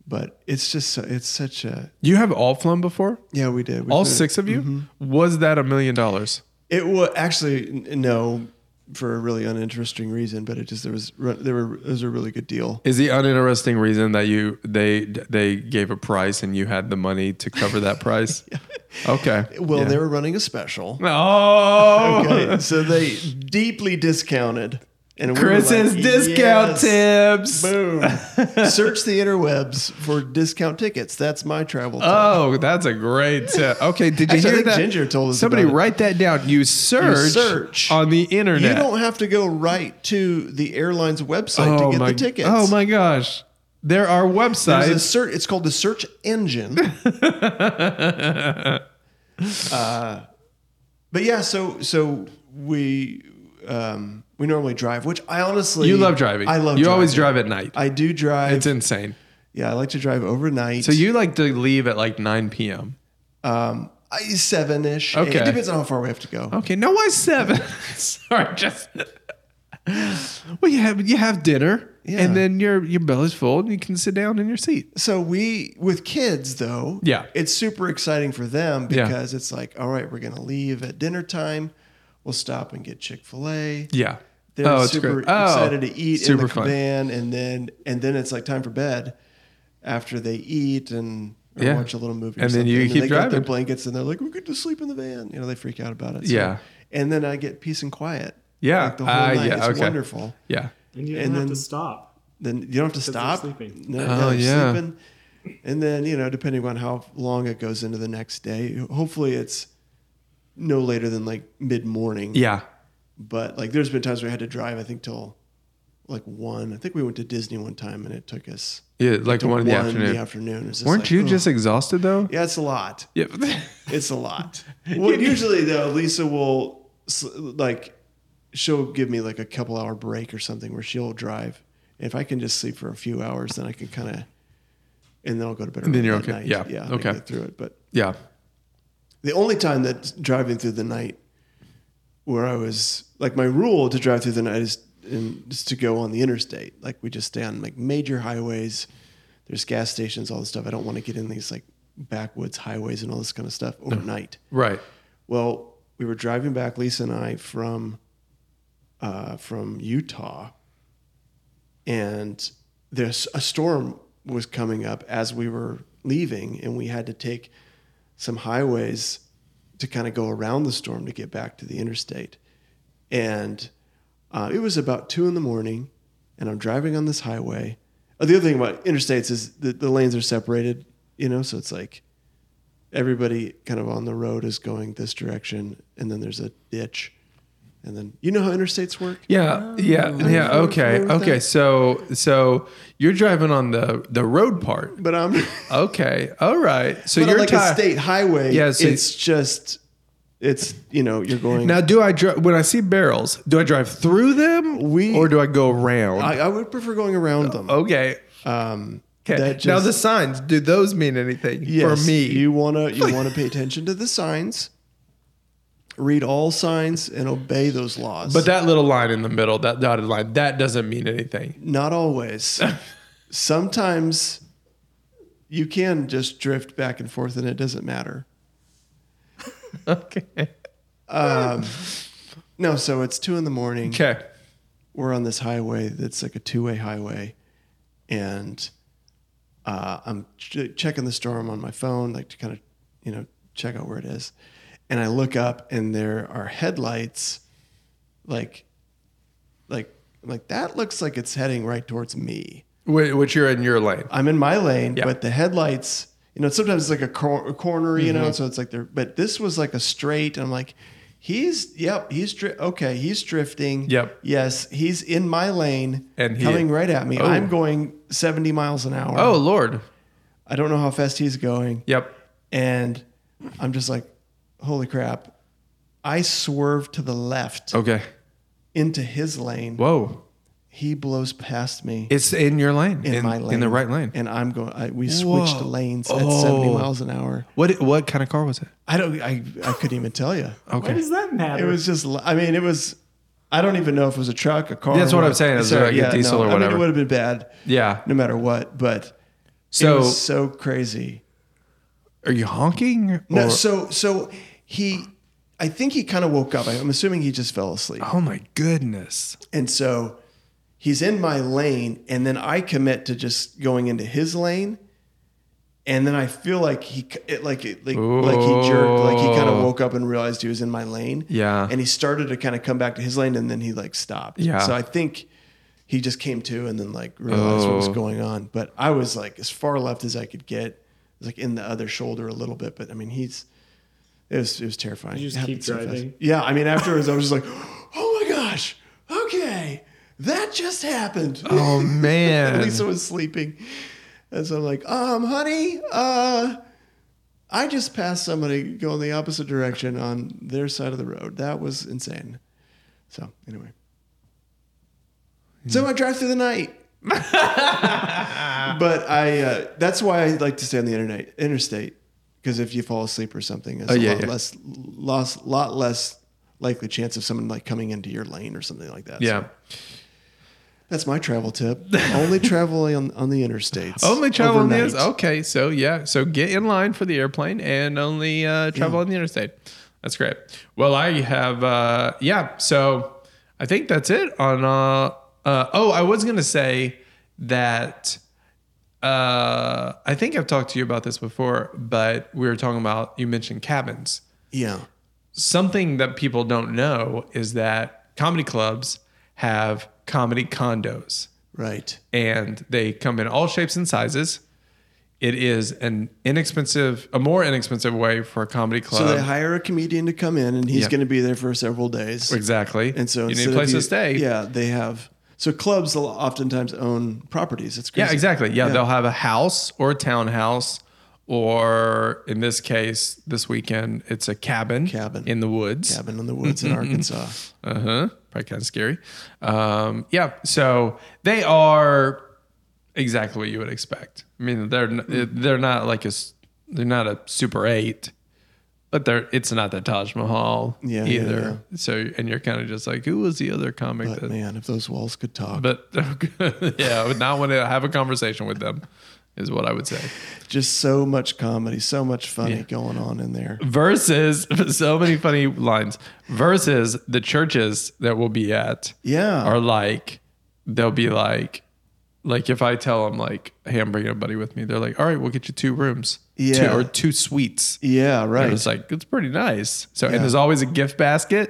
S2: but it's just so- it's such a
S1: You have all flown before?
S2: yeah we did We
S1: All
S2: flew-
S1: six of you? Was that a million dollars?
S2: It was actually n- no, for a really uninteresting reason. But it just there was re- there were it was a really good deal.
S1: Is the uninteresting reason that you they they gave a price and you had the money to cover that price? Okay.
S2: Well,
S1: Yeah.
S2: they were running a special.
S1: Oh.
S2: Okay, so they deeply discounted And we were
S1: Chris's
S2: like,
S1: discount
S2: yes.
S1: tips.
S2: Boom. Search the interwebs for discount tickets. That's my travel. tip.
S1: Oh, that's a great tip. Okay, did you
S2: Actually, I
S1: hear
S2: think
S1: that?
S2: Ginger told us
S1: Somebody
S2: about it.
S1: write that down. You Uh, search,
S2: search.
S1: on the internet.
S2: you don't have to go right to the airline's website to get
S1: my,
S2: the tickets.
S1: Oh my gosh. There are
S2: There's a
S1: websites.
S2: search, it's called the search engine. uh, Uh, but yeah, so so we um, we normally drive, which I honestly
S1: you love driving.
S2: I love.
S1: You always
S2: driving.
S1: drive at night.
S2: I do drive.
S1: it's insane.
S2: yeah, I like to drive overnight.
S1: So you like to leave at like 9 p.m.
S2: um, I, seven ish.
S1: Okay. Oh.
S2: it depends on how far we have to go.
S1: Okay, no, why seven? Sorry, just. well, you have you have dinner,
S2: Yeah.
S1: and then your your belly's full, and you can sit down in your seat.
S2: So we with kids though,
S1: Yeah.
S2: it's super exciting for them
S1: Yeah.
S2: because it's like, all right, we're gonna leave at dinner time. We'll stop and get Chick Fil A.
S1: Yeah.
S2: They're
S1: Oh, it's
S2: super
S1: great. Oh,
S2: excited to eat
S1: super
S2: in the
S1: fun.
S2: van, and then and then it's like time for bed. After they eat and or
S1: Yeah.
S2: watch a little movie, or
S1: And then you
S2: something,
S1: keep
S2: they get their
S1: driving.
S2: blankets and they're like, "We're good to sleep in the van." You know, they freak out about it.
S1: Yeah.
S2: and then I get peace and quiet.
S1: Yeah.
S2: like the whole
S1: Ah,
S2: night.
S1: yeah,
S2: it's
S1: okay.
S2: wonderful
S1: Yeah.
S3: And you don't
S2: And
S3: have
S2: then-
S3: to stop.
S2: then you don't have to
S3: they're
S2: stop.
S3: sleeping.
S2: No,
S1: Oh,
S2: no, they're
S1: yeah.
S2: sleeping. And then, you know, depending on how long it goes into the next day, hopefully it's no later than like mid morning.
S1: Yeah.
S2: But like there's been times where I had to drive, I think, till like one. I think we went to Disney one time and it took us
S1: Yeah. Like
S2: to
S1: one in the
S2: in
S1: afternoon.
S2: The afternoon. It's just
S1: Weren't
S2: like,
S1: you
S2: ugh.
S1: just exhausted though?
S2: Yeah, it's a lot.
S1: Yeah.
S2: It's a lot. well, usually though, Lisa will s- like she'll give me like a couple hour break or something where she'll drive. If I can just sleep for a few hours, then I can kind of, and then I'll go to bed.
S1: And then
S2: early
S1: you're
S2: that
S1: okay.
S2: night.
S1: Yeah.
S2: yeah, I can
S1: Okay.
S2: Get through it, but
S1: yeah.
S2: the only time that driving through the night, where I was like my rule to drive through the night is and is to go on the interstate. Like we just stay on like major highways. There's gas stations, all this stuff. I don't want to get in these like backwoods highways and all this kind of stuff overnight.
S1: Right.
S2: Well, we were driving back, Lisa and I, from uh, from Utah, and there's a storm was coming up as we were leaving, and we had to take some highways to kind of go around the storm to get back to the interstate. And uh, it was about two in the morning, and I'm driving on this highway. Oh, the other thing about interstates is that the lanes are separated, you know, so it's like everybody kind of on the road is going this direction, and then there's a ditch, and then you know how interstates work. Oh,
S1: Yeah. Yeah. Yeah.
S2: familiar
S1: Okay.
S2: with
S1: Okay.
S2: that.
S1: So so you're driving on the the road part.
S2: But I'm
S1: Okay. All right. So
S2: but on
S1: you're
S2: like
S1: ti-
S2: a state highway.
S1: Yeah, so-
S2: it's just it's you know you're going.
S1: Now, do I drive when I see barrels? Do I drive through them,
S2: We-
S1: or Oh, do I go around?
S2: I, I would prefer going around them.
S1: okay.
S2: Um,
S1: Okay.
S2: that
S1: now the
S2: just-
S1: signs. Do those mean anything
S2: yes,
S1: for me?
S2: you wanna you wanna pay attention to the signs. Read all signs and obey those laws.
S1: but that little line in the middle, that dotted line, that doesn't mean anything.
S2: not always. Sometimes you can just drift back and forth and it doesn't matter.
S1: Okay.
S2: No, so it's two in the morning.
S1: Okay.
S2: we're on this highway that's like a two-way highway and uh, i'm ch- checking the storm on my phone like to kind of you know check out where it is and i look up and there are headlights like like like that looks like it's heading right towards me
S1: Wh- Which you're in your lane.
S2: i'm in my lane
S1: Yeah.
S2: but the headlights you know sometimes it's like a, cor- a corner you
S1: Mm-hmm.
S2: know so it's like they're but this was like a straight and i'm like he's yep he's dri- okay he's drifting
S1: Yep.
S2: Yes, he's in my lane
S1: And he-
S2: coming right at me.
S1: Oh.
S2: I'm going 70 miles an hour.
S1: Oh Lord.
S2: I don't know how fast he's going.
S1: Yep.
S2: And I'm just like, holy crap. I swerve to the left
S1: Okay.
S2: into his lane.
S1: Whoa.
S2: He blows past me
S1: It's in your lane.
S2: in, my lane.
S1: In the right lane.
S2: And I'm going, I, we switched
S1: Whoa.
S2: lanes
S1: Oh.
S2: at 70 miles an hour.
S1: What what kind of car was it?
S2: I don't, I, I couldn't even tell you.
S3: Why
S1: Okay.
S3: does that
S2: It
S3: matter?
S2: was just, I mean, it was, I don't even know if it was a truck, a car.
S1: That's
S2: or
S1: what I'm saying. Is it
S2: Sorry,
S1: like a diesel or
S2: I mean,
S1: whatever?
S2: it would have been bad
S1: Yeah.
S2: no matter what, but. it
S1: So
S2: was so crazy.
S1: are you honking?
S2: No,
S1: or-
S2: so so he, I think he kind of woke up. I'm assuming he just fell asleep,
S1: oh my goodness.
S2: and so he's in my lane, and then I commit to just going into his lane, and then I feel like he c- it, like it, like like he jerked, like he kind of
S1: Ooh.
S2: woke up and realized he was in my lane.
S1: Yeah.
S2: and he started to kind of come back to his lane, and then he like stopped.
S1: Yeah.
S2: so I think he just came to and then like realized what was
S1: Oh.
S2: going on. But I was like as far left as I could get, It was, like in the other shoulder a little bit. But I mean, he's it was it was terrifying.
S3: You just
S2: It happened
S3: keep
S2: so fast.
S3: driving?
S2: yeah, I mean afterwards I was just like, oh my gosh, okay, that just happened.
S1: Oh
S2: And
S1: man.
S2: Lisa was sleeping. And so I'm like, um, honey, uh, I just passed somebody going the opposite direction on their side of the road. That was insane. So anyway. So I drive through the night. but I uh, that's why I like to stay on the internet interstate. Because if you fall asleep or something, it's
S1: Oh, yeah,
S2: a lot
S1: yeah.
S2: less loss, lot less likely chance of someone like coming into your lane or something like that. So
S1: yeah.
S2: that's my travel tip. Only traveling on, on the interstates.
S1: Only travel on the oh.
S2: Overnight.
S1: interstate. Okay, so yeah, so get in line for the airplane and only uh, travel on the interstate. That's great. Well, I have uh, yeah. So I think that's it on. Uh, uh, oh, I was gonna say that. Uh, I think I've talked to you about this before, but we were talking about you mentioned cabins
S2: Yeah.
S1: something that people don't know is that comedy clubs have comedy condos
S2: Right.
S1: and they come in all shapes and sizes. It is an inexpensive, a more inexpensive way for a comedy
S2: So
S1: club.
S2: they hire a comedian to come in, and he's
S1: Um, yeah.
S2: going to be there for several days.
S1: exactly.
S2: And so
S1: you need
S2: instead
S1: a
S2: of
S1: place
S2: you-
S1: to stay.
S2: Yeah, they have. So clubs will oftentimes own properties. It's crazy.
S1: Yeah, exactly. Yeah, they'll have a house or a townhouse, or in this case, this weekend, it's a cabin,
S2: Cabin.
S1: in the woods.
S2: Cabin in the woods in Arkansas.
S1: Uh
S2: Uh-huh.
S1: huh. Probably kind of scary. Um, yeah. So they are exactly what you would expect. I mean, they're
S2: Hmm.
S1: n- they're not like a s- they're not a Super Eight, but they're it's not the Taj Mahal
S2: Yeah, yeah,
S1: either. So and you're kind of just like, who was the other comic
S2: But
S1: that?
S2: man, if those walls could talk,
S1: But yeah, I would not want to have a conversation with them, is what I would say.
S2: just so much comedy, so much funny going on in there.
S1: Versus so many funny lines. Versus the churches that we'll be at.
S2: Yeah.
S1: are like they'll be like like if I tell them like hey I'm bringing a buddy with me they're like all right we'll get you two rooms
S2: Yeah.
S1: two, or two suites
S2: yeah.
S1: and
S2: Right.
S1: it's like it's pretty nice so
S2: Yeah.
S1: and there's always a gift basket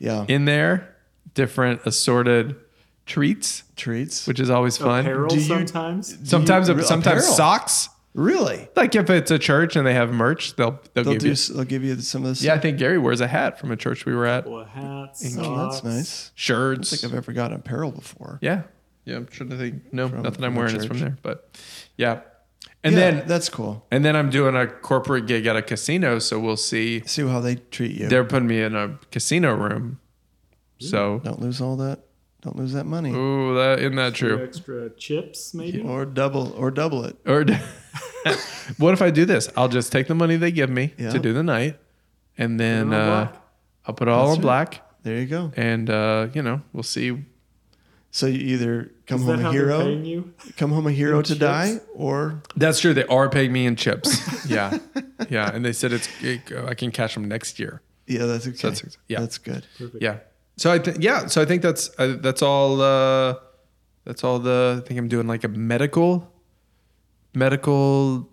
S2: yeah.
S1: in there different assorted treats
S2: Treats.
S1: which is always fun
S3: Apparel
S2: Do you-
S3: sometimes.
S1: sometimes
S2: Re-
S1: sometimes
S2: apparel.
S1: socks
S2: Really?
S1: like if it's a church and they have merch they'll they'll,
S2: They'll
S1: give
S2: do.
S1: you
S2: s- They'll give you some of this.
S1: yeah I think Gary wears a hat from a church we were at
S3: Well, hats.
S2: Oh, that's
S3: socks.
S2: nice. I don't
S1: shirts
S2: think I've ever got apparel before.
S1: Yeah. Yeah, I'm trying to think. No, nothing I'm
S2: from a
S1: wearing is
S2: church.
S1: from there. But yeah. And
S2: Yeah,
S1: then
S2: that's cool.
S1: and then I'm doing a corporate gig at a casino, so we'll see.
S2: See how they treat you.
S1: They're putting me in a casino room. So
S2: don't lose all that. Don't lose that money.
S1: ooh, that isn't that
S3: Few
S1: true?
S3: Extra chips, maybe.
S2: Or double. Or double it.
S1: Or what if I do this? I'll just take the money they give me
S2: Yeah.
S1: to do the night and then
S3: Put it on
S1: uh,
S3: black.
S1: I'll put it all
S2: That's
S1: on
S2: right.
S1: black
S2: There you go.
S1: and uh, you know, we'll see.
S2: So you either come
S3: Is
S2: home a
S3: that how they're
S2: hero,
S3: paying you?
S2: come home a hero to
S3: chips?
S2: die, or
S1: That's true. They are paying me in chips. yeah. Yeah. And they said it's I can cash them next year.
S2: yeah, that's okay.
S1: That's ex- yeah.
S2: that's good.
S3: Perfect.
S1: Yeah. So I think yeah. So I think that's uh, that's all. Uh, that's all the. I think I'm doing like a medical, medical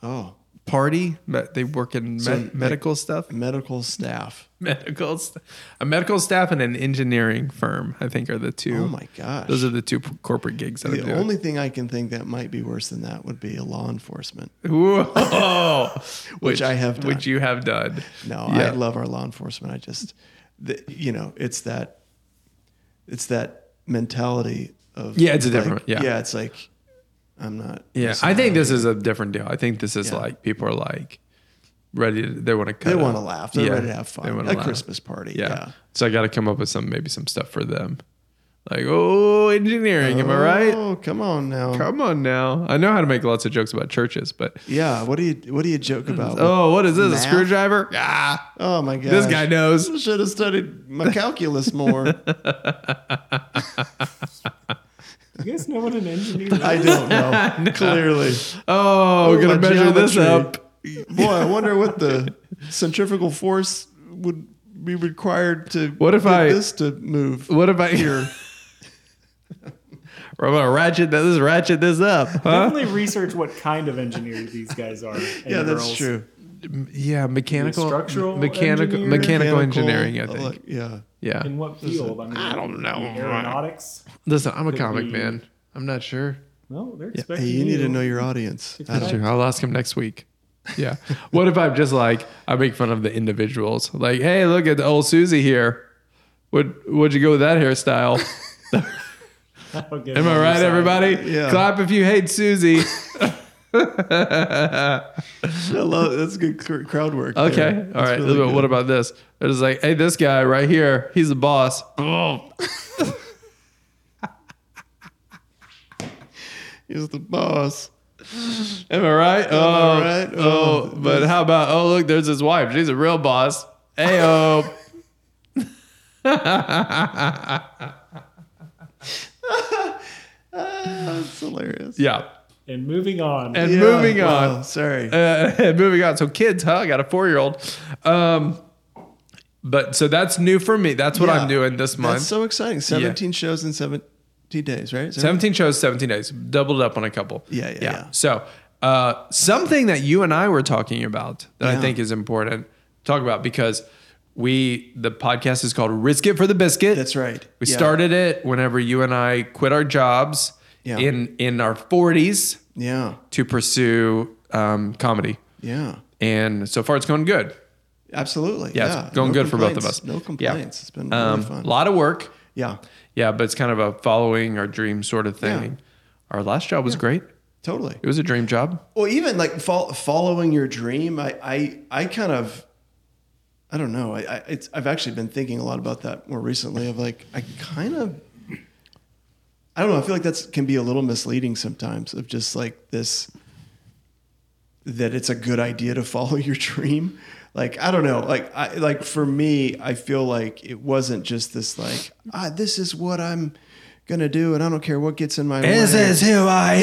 S2: Oh,
S1: party. Me- they work in med-
S2: So, like-
S1: medical stuff.
S2: medical staff.
S1: Medical, st- a medical staff and an engineering firm. I think are the two.
S2: Oh my gosh.
S1: Those are the two p- corporate gigs that I'm
S2: the
S1: doing.
S2: only thing I can think that might be worse than that would be a law enforcement.
S1: Whoa.
S2: Which I have
S1: Which you have done.
S2: No, I
S1: Yeah.
S2: love our law enforcement. I just, the, you know, it's that, it's that mentality of
S1: Yeah, it's a
S2: like-
S1: different- yeah.
S2: yeah, it's like I'm not.
S1: Yeah, I think this is a different deal. I think this is
S2: Yeah.
S1: like people are like ready. To, they want to cut.
S2: They
S1: up.
S2: want to laugh. They're
S1: uh, Yeah,
S2: ready to have fun.
S1: They
S2: A
S1: want to laugh.
S2: Christmas party. Yeah.
S1: Yeah. So I got to come up with some maybe some stuff for them. Like, oh, engineering, am I right?
S2: Oh, come on now.
S1: Come on now. I know how to make lots of jokes about churches, but
S2: Yeah. What do you What do you joke about?
S1: oh, what is this?
S2: Math?
S1: A screwdriver? Ah,
S2: Oh my god.
S1: this guy knows.
S2: should have studied my calculus more.
S3: You guys know what an engineer is?
S2: I don't know. Clearly.
S1: Oh, we're
S2: Oh,
S1: gonna
S2: my
S1: measure this
S2: geometry.
S1: up.
S2: Boy, I wonder what the centrifugal force would be required to
S1: What if
S2: get
S1: I-
S2: this to move
S1: What if I
S2: here?
S1: We're gonna ratchet this, ratchet this up. Huh?
S3: Definitely research what kind of engineer these guys are. and
S2: yeah, that's
S3: girls.
S2: true.
S1: yeah, mechanical,
S3: structural
S1: mechanical,
S3: engineer?
S1: mechanical engineering. I think.
S2: elec- uh, yeah.
S1: yeah.
S3: In what field? I, mean,
S1: I don't know.
S3: Aeronautics?
S1: Listen, I'm a
S3: Could
S1: comic
S3: be-
S1: man. I'm not sure.
S3: No, they're
S2: Hey,
S3: expecting
S2: you need to know your audience.
S3: It's
S2: I don't-
S3: Sure,
S1: I'll ask him next week. Yeah. what if I'm just like I make fun of the individuals? Like, hey, look at the old Susie here. What would you go with that hairstyle?
S3: I'll get
S1: Am
S3: on
S1: I
S3: your
S1: right,
S3: side.
S1: everybody?
S2: Yeah.
S1: Clap if you hate Susie.
S2: I love that's good cr- crowd work. there.
S1: Okay. All
S2: That's
S1: right.
S2: really
S1: But what
S2: good.
S1: about this? It was like, hey, this guy right here, he's the boss. Oh.
S2: He's the boss.
S1: Am I right?
S2: I
S1: oh,
S2: right?
S1: Oh,
S2: Oh,
S1: but how about, oh, look, there's his wife. She's a real boss. Hey, oh.
S2: That's hilarious.
S1: yeah.
S3: And moving on.
S1: And
S2: Yeah,
S1: moving on.
S2: wow, sorry.
S1: uh, moving on. So kids, huh? I got a four year old. Um, but so that's new for me. That's what
S2: Yeah.
S1: I'm doing this month.
S2: That's so exciting. 17 shows in 17 days, right? Is that right?
S1: 17 shows, 17 days, doubled up on a couple.
S2: Yeah, yeah, yeah.
S1: So uh, something that you and I were talking about that I
S2: Yeah.
S1: think is important to talk about because we the podcast is called Risk It for the Biscuit.
S2: That's right.
S1: We
S2: Yeah.
S1: started it whenever you and I quit our jobs
S2: Yeah.
S1: in in our 40s
S2: Yeah.
S1: to pursue um, comedy.
S2: Yeah.
S1: And so far it's going good.
S2: Absolutely.
S1: Yeah, it's going good for both of
S2: complaints.
S1: us.
S2: No
S1: Yeah.
S2: complaints. It's been
S1: Um,
S2: really fun.
S1: lot of work.
S2: yeah.
S1: Yeah, but it's kind of a following our dream sort of thing. Our last job was great.
S2: Totally.
S1: It was a dream job.
S2: Well, even like fol- following your dream, I, I, I kind of, I don't know. I, I, it's, I've actually been thinking a lot about that more recently. Of like, I kind of, I don't know. I feel like that's can be a little misleading sometimes. Of just like this, that it's a good idea to follow your dream. Like, I don't know. Like, I like for me, I feel like it wasn't just this like, ah, this is what I'm gonna do, and I don't care what gets in my way.
S1: who I
S2: This is who I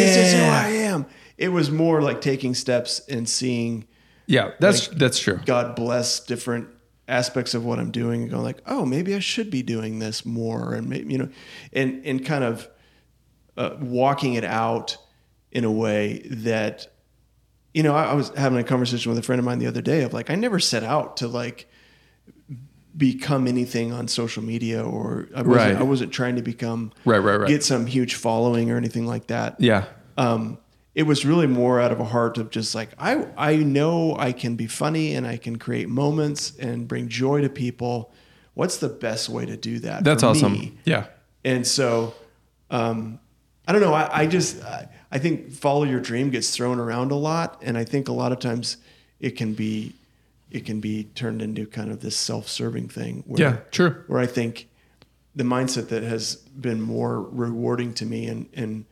S2: am. It was more like taking steps and seeing
S1: Yeah, that's that's true.
S2: God bless different aspects of what I'm doing and going like, oh, maybe I should be doing this more, and maybe you know, and and kind of uh, walking it out in a way that, you know, I, I was having a conversation with a friend of mine the other day of like, I never set out to like become anything on social media or I wasn't,
S1: Right.
S2: I wasn't trying to become
S1: Right, right, right.
S2: get some huge following or anything like that
S1: Yeah.
S2: um, it was really more out of a heart of just like I I know I can be funny and I can create moments and bring joy to people. What's the best way to do that?
S1: That's
S2: for
S1: awesome.
S2: me?
S1: Yeah.
S2: And so, um, I don't know. I, I just I, I think follow your dream gets thrown around a lot, and I think a lot of times it can be it can be turned into kind of this self-serving thing. Where,
S1: Yeah, true.
S2: Where I think the mindset that has been more rewarding to me and and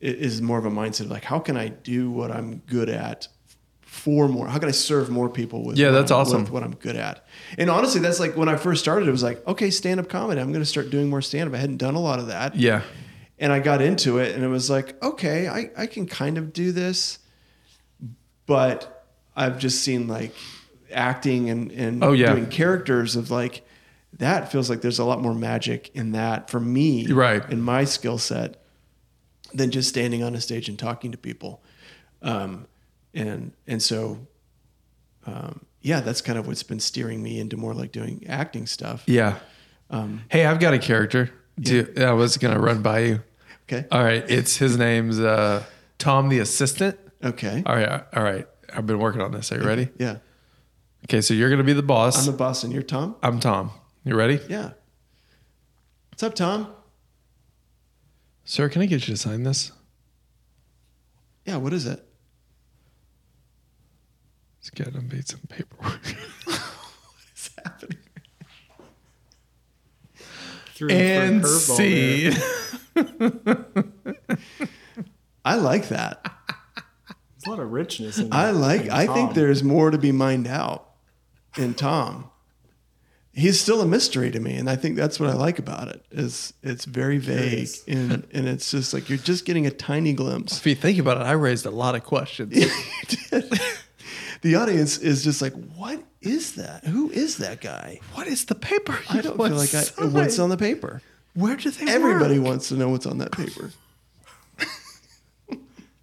S2: i- is more of a mindset of like how can I do what I'm good at for more? How can I serve more people with
S1: Yeah,
S2: what
S1: that's
S2: I'm-
S1: awesome.
S2: with what I'm good at? And honestly, that's like when I first started. It was like okay, stand up comedy. I'm going to start doing more stand up. I hadn't done a lot of that.
S1: Yeah.
S2: And I got into it, and it was like okay, I I can kind of do this, but I've just seen like acting and and
S1: Oh, yeah.
S2: doing characters of like that feels like there's a lot more magic in that for me
S1: Right.
S2: in my skill set than just standing on a stage and talking to people um, and and so um, yeah that's kind of what's been steering me into more like doing acting stuff
S1: Yeah.
S2: um,
S1: hey, I've got a character. Do, I was gonna run by you.
S2: okay
S1: All right. It's his name's uh, Tom the Assistant.
S2: okay
S1: All right. uh, All right. I've been working on this. Are you ready?
S2: yeah
S1: Okay. So you're gonna be the boss.
S2: I'm the boss and you're Tom
S1: I'm Tom. You ready?
S2: yeah what's up Tom
S1: Sir, can I get you to sign this?
S2: yeah what is it
S1: Let's get him beat some paperwork.
S2: what's happening
S3: Threw him
S1: and
S3: for a curveball
S1: see.
S3: there.
S2: I like that
S3: There's a lot of richness in
S2: I
S3: that-
S2: like.
S3: in
S2: I think
S3: Tom.
S2: there's more to be mined out in Tom. He's still a mystery to me, and I think that's what I like about it. Is it's very vague,
S3: Curious.
S2: and and it's just like you're just getting a tiny glimpse.
S1: If you think about it, I raised a lot of questions.
S2: the audience is just like, what is that? Who is that guy?
S1: what is the paper?
S2: I don't feel like I. What's on the paper?
S3: Where do they
S2: Everybody
S3: work?
S2: wants to know what's on that paper.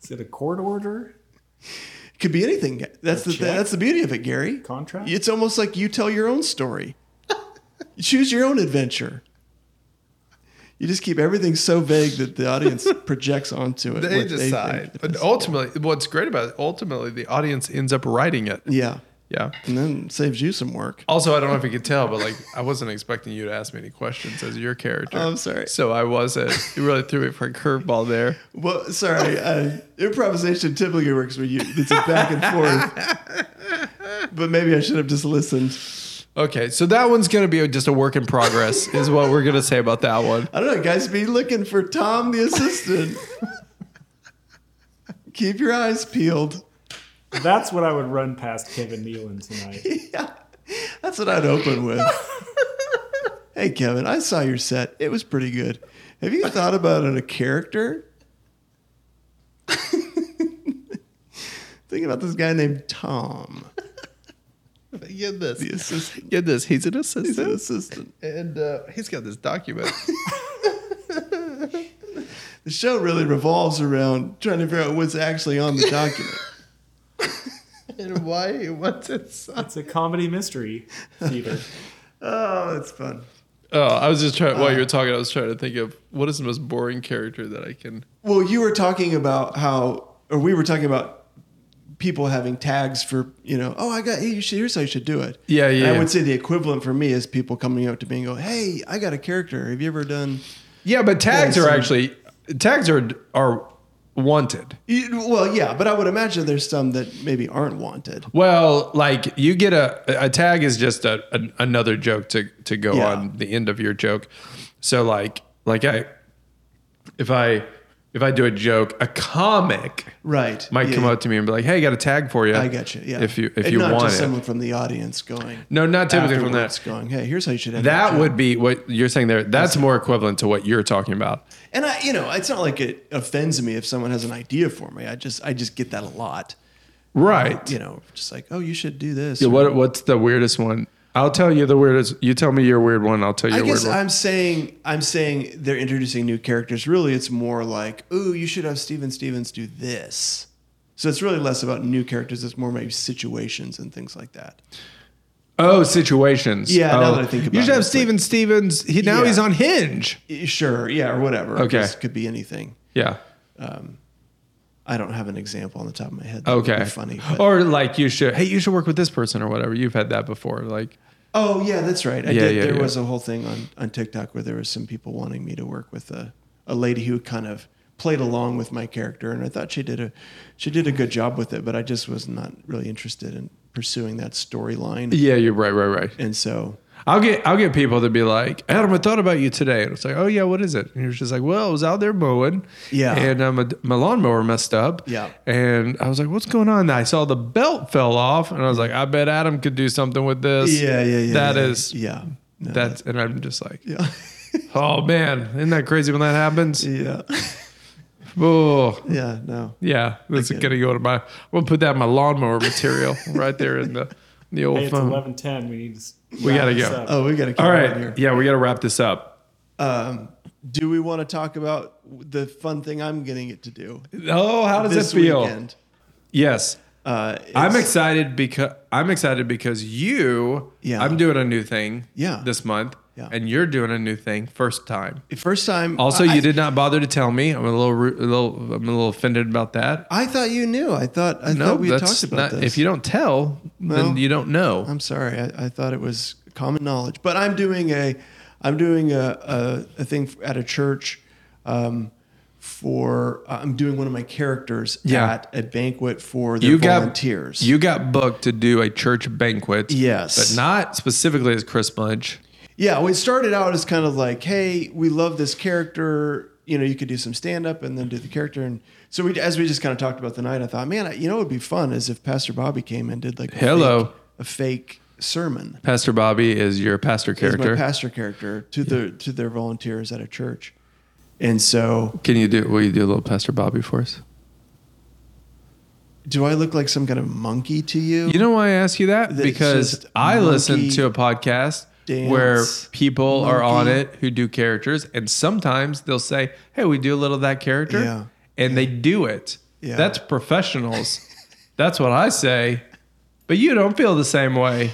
S3: Is it a court order?
S2: It could be anything. That's the
S3: check?
S2: that's the beauty of it, Gary.
S3: Contract?
S2: It's almost like you tell your own story. You Choose your own adventure. You just keep everything so vague that the audience projects onto it. what
S1: They
S2: think
S1: decide.
S2: it
S1: But
S2: is.
S1: ultimately, what's great about it, ultimately, the audience ends up writing it.
S2: yeah,
S1: Yeah.
S2: and then saves you some work.
S1: Also, I don't know if you could tell, but like, I wasn't expecting you to ask me any questions as your character.
S2: I'm sorry.
S1: So I wasn't. You really threw me for a curveball there.
S2: Well, sorry. Uh, improvisation typically works where you it's a back and forth. But maybe I should have just listened.
S1: Okay, so that one's gonna be just a work in progress, is what we're gonna say about that one.
S2: I don't know, guys. Be looking for Tom the assistant. Keep your eyes peeled.
S3: That's what I would run past Kevin Nealon tonight.
S2: yeah, that's what I'd open with. hey, Kevin, I saw your set. It was pretty good. Have you thought about it, a character? Think about this guy named Tom,
S1: Get this.
S2: the assistant.
S1: Get this. He's an
S2: He's
S1: assistant,
S2: an assistant.
S1: and uh, he's got this document.
S2: The show really revolves around trying to figure out what's actually on the document.
S1: and why he wants it signed.
S3: It's a comedy mystery theater.
S2: oh, that's fun.
S1: Oh, I was just trying.
S2: Uh,
S1: While you were talking, I was trying to think of what is the most boring character that I can.
S2: Well, you were talking about how, or we were talking about people having tags for, you know, oh, I got, hey, you should, here's how you should do it.
S1: Yeah, yeah,
S2: And I
S1: yeah.
S2: would say the equivalent for me is people coming up to me and go, hey, I got a character. Have you ever done?
S1: Yeah, but tags
S2: Yeah,
S1: are
S2: so-
S1: actually tags are are wanted.
S2: You- Well, yeah, but I would imagine there's some that maybe aren't wanted.
S1: Well, like you get a a tag is just a, an another joke to to go
S2: Yeah.
S1: on the end of your joke. So like like I if I if I do a joke, a comic
S2: Right.
S1: might
S2: Yeah,
S1: come
S2: yeah.
S1: up to me and be like, "Hey, I got a tag for you."
S2: I got you. Yeah.
S1: If you if
S2: and
S1: you
S2: not
S1: want
S2: just
S1: it.
S2: someone from the audience going,
S1: no, not typically from
S2: afterwards
S1: that.
S2: going, hey, here's how you should end
S1: That
S2: your
S1: would be what you're saying there. That's more equivalent to what you're talking about.
S2: And I, you know, it's not like it offends me if someone has an idea for me. I just, I just get that a lot.
S1: Right.
S2: You know, just like, oh, you should do this.
S1: Yeah,
S2: or-
S1: what what's the weirdest one? I'll tell you the weirdest. You tell me your weird one. I'll tell you
S2: I
S1: your weird
S2: guess
S1: one.
S2: I'm saying I'm saying they're introducing new characters. Really, it's more like, ooh, you should have Steven Stevens do this. So it's really less about new characters. It's more maybe situations and things like that.
S1: oh, situations.
S2: Yeah, now
S1: Oh.
S2: that I think about
S1: you should
S2: it,
S1: have
S2: it's like-
S1: Steven Stevens. He now
S2: Yeah.
S1: he's on Hinge.
S2: Y- Sure, yeah, or whatever.
S1: Okay.
S2: This could be anything.
S1: Yeah.
S2: I don't have an example on the top of my head. That would be
S1: Okay. Oh,
S2: funny. but-
S1: Or like you should. Hey, you should work with this person or whatever. You've had that before. Like
S2: oh yeah, that's right. I
S1: Yeah,
S2: did.
S1: yeah,
S2: there
S1: yeah.
S2: was a whole thing on on TikTok where there was some people wanting me to work with a a lady who kind of played along with my character, and I thought she did a she did a good job with it, but I just was not really interested in pursuing that storyline.
S1: yeah, you're right, right, right.
S2: And so,
S1: I'll get I'll get people to be like, Adam, I thought about you today, and it's like, oh yeah, what is it? And you're just like, well, I was out there mowing,
S2: Yeah.
S1: and um, my, my lawnmower messed up,
S2: Yeah.
S1: and I was like, what's going on? And I saw the belt fell off, and I was like, I bet Adam could do something with this.
S2: yeah, yeah, yeah.
S1: That
S2: yeah,
S1: is
S2: yeah, No,
S1: that's, and I'm just like,
S2: yeah,
S1: oh man, isn't that crazy when that happens?
S2: yeah,
S1: Oh
S2: yeah. No,
S1: yeah, that's
S2: get it.
S1: gonna go to my. We'll put that in my lawnmower material right there in the the old
S3: Hey, it's
S1: phone.
S3: eleven ten. We need to. s-
S1: We
S3: wrap
S1: gotta
S3: this
S1: go.
S3: up.
S2: oh, we got to.
S1: All right, yeah, we gotta wrap this up.
S2: Um, do we want to talk about the fun thing I'm getting it to do?
S1: Oh, how does it feel?
S2: Weekend?
S1: Yes.
S2: Uh,
S1: I'm
S2: it's-
S1: excited because I'm excited because you
S2: Yeah.
S1: I'm doing a new thing
S2: Yeah.
S1: this month
S2: Yeah.
S1: and you're doing a new thing first time.
S2: first time.
S1: Also,
S2: I-
S1: you did not bother to tell me. I'm a little ru- a little I'm a little offended about that.
S2: I thought you knew. I thought I
S1: No,
S2: thought we had
S1: that's
S2: talked about
S1: not
S2: this.
S1: if you don't tell, then
S2: No.
S1: you don't know.
S2: I'm sorry. I, I thought it was common knowledge, but I'm doing a, I'm doing a a, a thing at a church, um, for uh, I'm doing one of my characters
S1: Yeah.
S2: at a banquet for their volunteers.
S1: got you got booked to do a church banquet. But
S2: Yes.
S1: not specifically as Chris Munch.
S2: Yeah, well, it started out as kind of like, hey, we love this character. You know, you could do some stand up and then do the character. And so, we, as we just kind of talked about the night, I thought, man, I- you know, it would be fun is if Pastor Bobby came and did like a
S1: Hello.
S2: fake, a fake sermon.
S1: Pastor Bobby is your pastor
S2: He's
S1: character.
S2: my pastor character to the to their volunteers at a church. And so,
S1: Can you do will you do a little Pastor Bobby for us?
S2: do I look like some kind of monkey to you?
S1: You know why I ask you that?
S2: That it's
S1: because
S2: just
S1: I
S2: monkey-
S1: listened to a podcast
S2: dance.
S1: where people are on
S2: monkey.
S1: it who do characters, and sometimes they'll say, "Hey, we do a little of that character,"
S2: Yeah.
S1: and they do it.
S2: Yeah.
S1: That's professionals. That's what I say. But you don't feel the same way.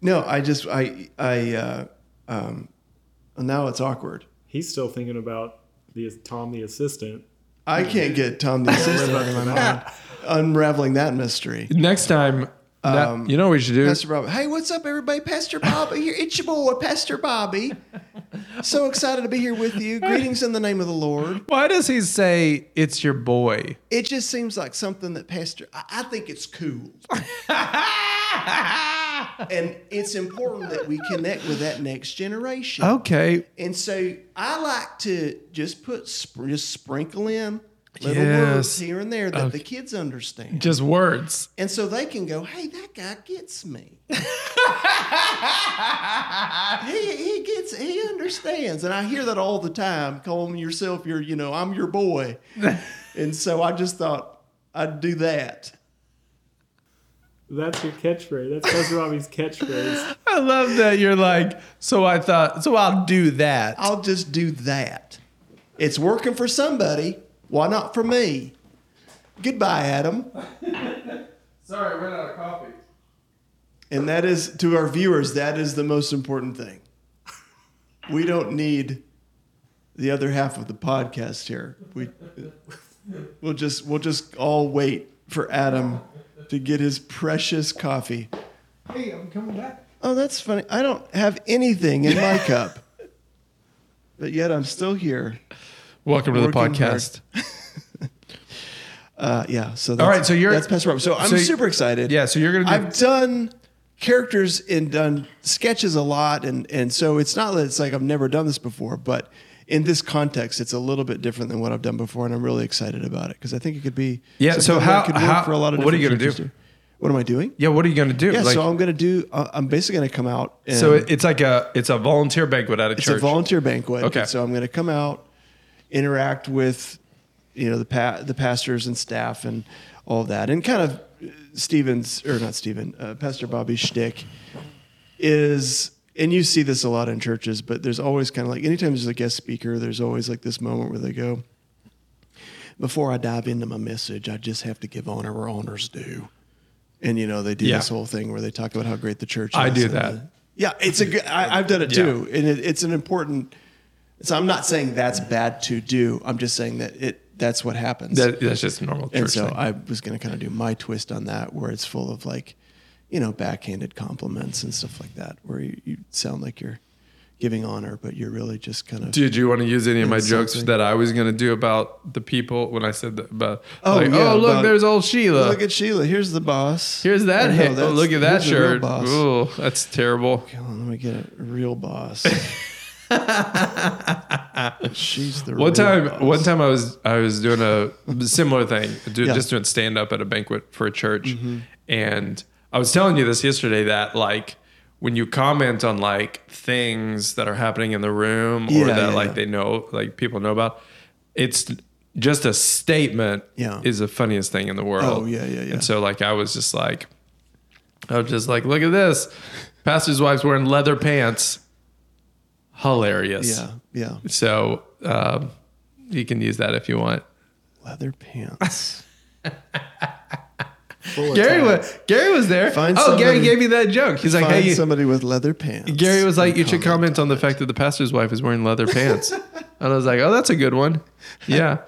S2: no, I just I I uh, um, now it's awkward.
S3: He's still thinking about the Tom the assistant.
S2: I can't get Tom the assistant out of my mind. Unraveling that mystery.
S1: Next time, that-
S2: Um,
S1: you know what we should do?
S2: Pastor Bobby. Hey, what's up, everybody? Pastor Bobby here. It's your boy, Pastor Bobby. So excited to be here with you. Greetings in the name of the Lord.
S1: Why does he say it's your boy?
S2: It just seems like something that Pastor, I, I think it's cool. and it's important that we connect with that next generation.
S1: Okay.
S2: And so I like to just put, spr- just sprinkle in little
S1: Yes.
S2: words here and there that the kids understand.
S1: Just words.
S2: And so they can go, hey, that guy gets me. he, he gets, he understands. And I hear that all the time. Call him yourself, you're, you know, I'm your boy. and so I just thought I'd do that.
S3: That's your catchphrase. That's Pastor Robbie's catchphrase.
S1: I love that you're like, so I thought, so I'll do that.
S2: I'll just do that. It's working for somebody. Why not for me? Goodbye, Adam.
S1: Sorry, I ran out of coffee.
S2: And that is to our viewers, that is the most important thing. We don't need the other half of the podcast here. We we'll just we'll just all wait for Adam to get his precious coffee.
S1: Hey, I'm coming back.
S2: Oh, that's funny. I don't have anything in my cup. But yet I'm still here.
S1: Welcome to the
S2: Working
S1: podcast.
S2: Uh, yeah, so that's,
S1: All right, so you're-
S2: that's Pastor Robert. So I'm
S1: so-
S2: super excited.
S1: Yeah, so you're gonna do
S2: I've done characters and done sketches a lot, and and so it's not that it's like I've never done this before, but in this context, it's a little bit different than what I've done before, and I'm really excited about it because I think it could be
S1: Yeah, so
S2: something
S1: how-
S2: that could work
S1: how-
S2: for a lot of
S1: what are you
S2: different
S1: gonna
S2: churches What am I doing?
S1: Yeah, what are you gonna do?
S2: Yeah,
S1: Like-
S2: so I'm gonna do. Uh, I'm basically gonna come out. And
S1: So it, it's like a it's a volunteer banquet at a
S2: it's
S1: church.
S2: a volunteer banquet.
S1: Okay.
S2: and so I'm gonna come out, interact with, you know, the pa- the pastors and staff and all that, and kind of uh, Stephen's or not Stephen, uh, Pastor Bobby's shtick is and you see this a lot in churches, but there's always kind of like anytime there's a guest speaker, there's always like this moment where they go, Before I dive into my message, I just have to give honor where honor's due. And you know, they do
S1: Yeah.
S2: this whole thing where they talk about how great the church is.
S1: I do
S2: and
S1: that.
S2: the- yeah, it's a good I, I've done it too. And it, it's an important so I'm not saying that's bad to do. I'm just saying that it that's what happens.
S1: That- that's just a normal church.
S2: And so
S1: thing.
S2: I was going to kind of do my twist on that, where it's full of like, you know, backhanded compliments and stuff like that, where you, you sound like you're giving honor, but you're really just kind of.
S1: Did you want to use any of my
S2: It's
S1: jokes
S2: something.
S1: that I was gonna do about the people when I said that about?
S2: Oh,
S1: Oh, like,
S2: yeah,
S1: oh look,
S2: about-
S1: there's old Sheila.
S2: Look at Sheila. Here's the boss.
S1: uh, Here's that.
S2: Or no,
S1: hit. oh,
S2: that's-
S1: look at that
S2: here's the real
S1: shirt.
S2: boss.
S1: Ooh, that's terrible.
S2: Come on, let me get a real boss. She's the
S1: One
S2: real
S1: time,
S2: boss.
S1: one time I was I was doing a similar thing, do,
S2: Yeah. Mm-hmm.
S1: just doing stand up at a banquet for a church, and I was telling you this yesterday that like when you comment on like things that are happening in the room or
S2: Yeah,
S1: that
S2: yeah,
S1: like
S2: yeah.
S1: they know like people know about, it's just a statement
S2: Yeah.
S1: is the funniest thing in the world.
S2: Oh, yeah, yeah, yeah.
S1: And so like I was just like, I was just like, look at this, pastor's wife's wearing leather pants, hilarious.
S2: Yeah, yeah.
S1: So um, you can use that if you want.
S2: Leather pants.
S3: Full of
S1: Gary
S3: talent.
S1: was Gary was there.
S2: Find
S1: oh, Gary
S2: somebody-
S1: gave me that joke. He's like,
S2: Find
S1: hey, you,
S2: somebody with leather pants.
S1: Gary was like,
S2: and
S1: you should comment on the fact that the pastor's wife is wearing leather pants. and I was like, oh, that's a good one. Yeah.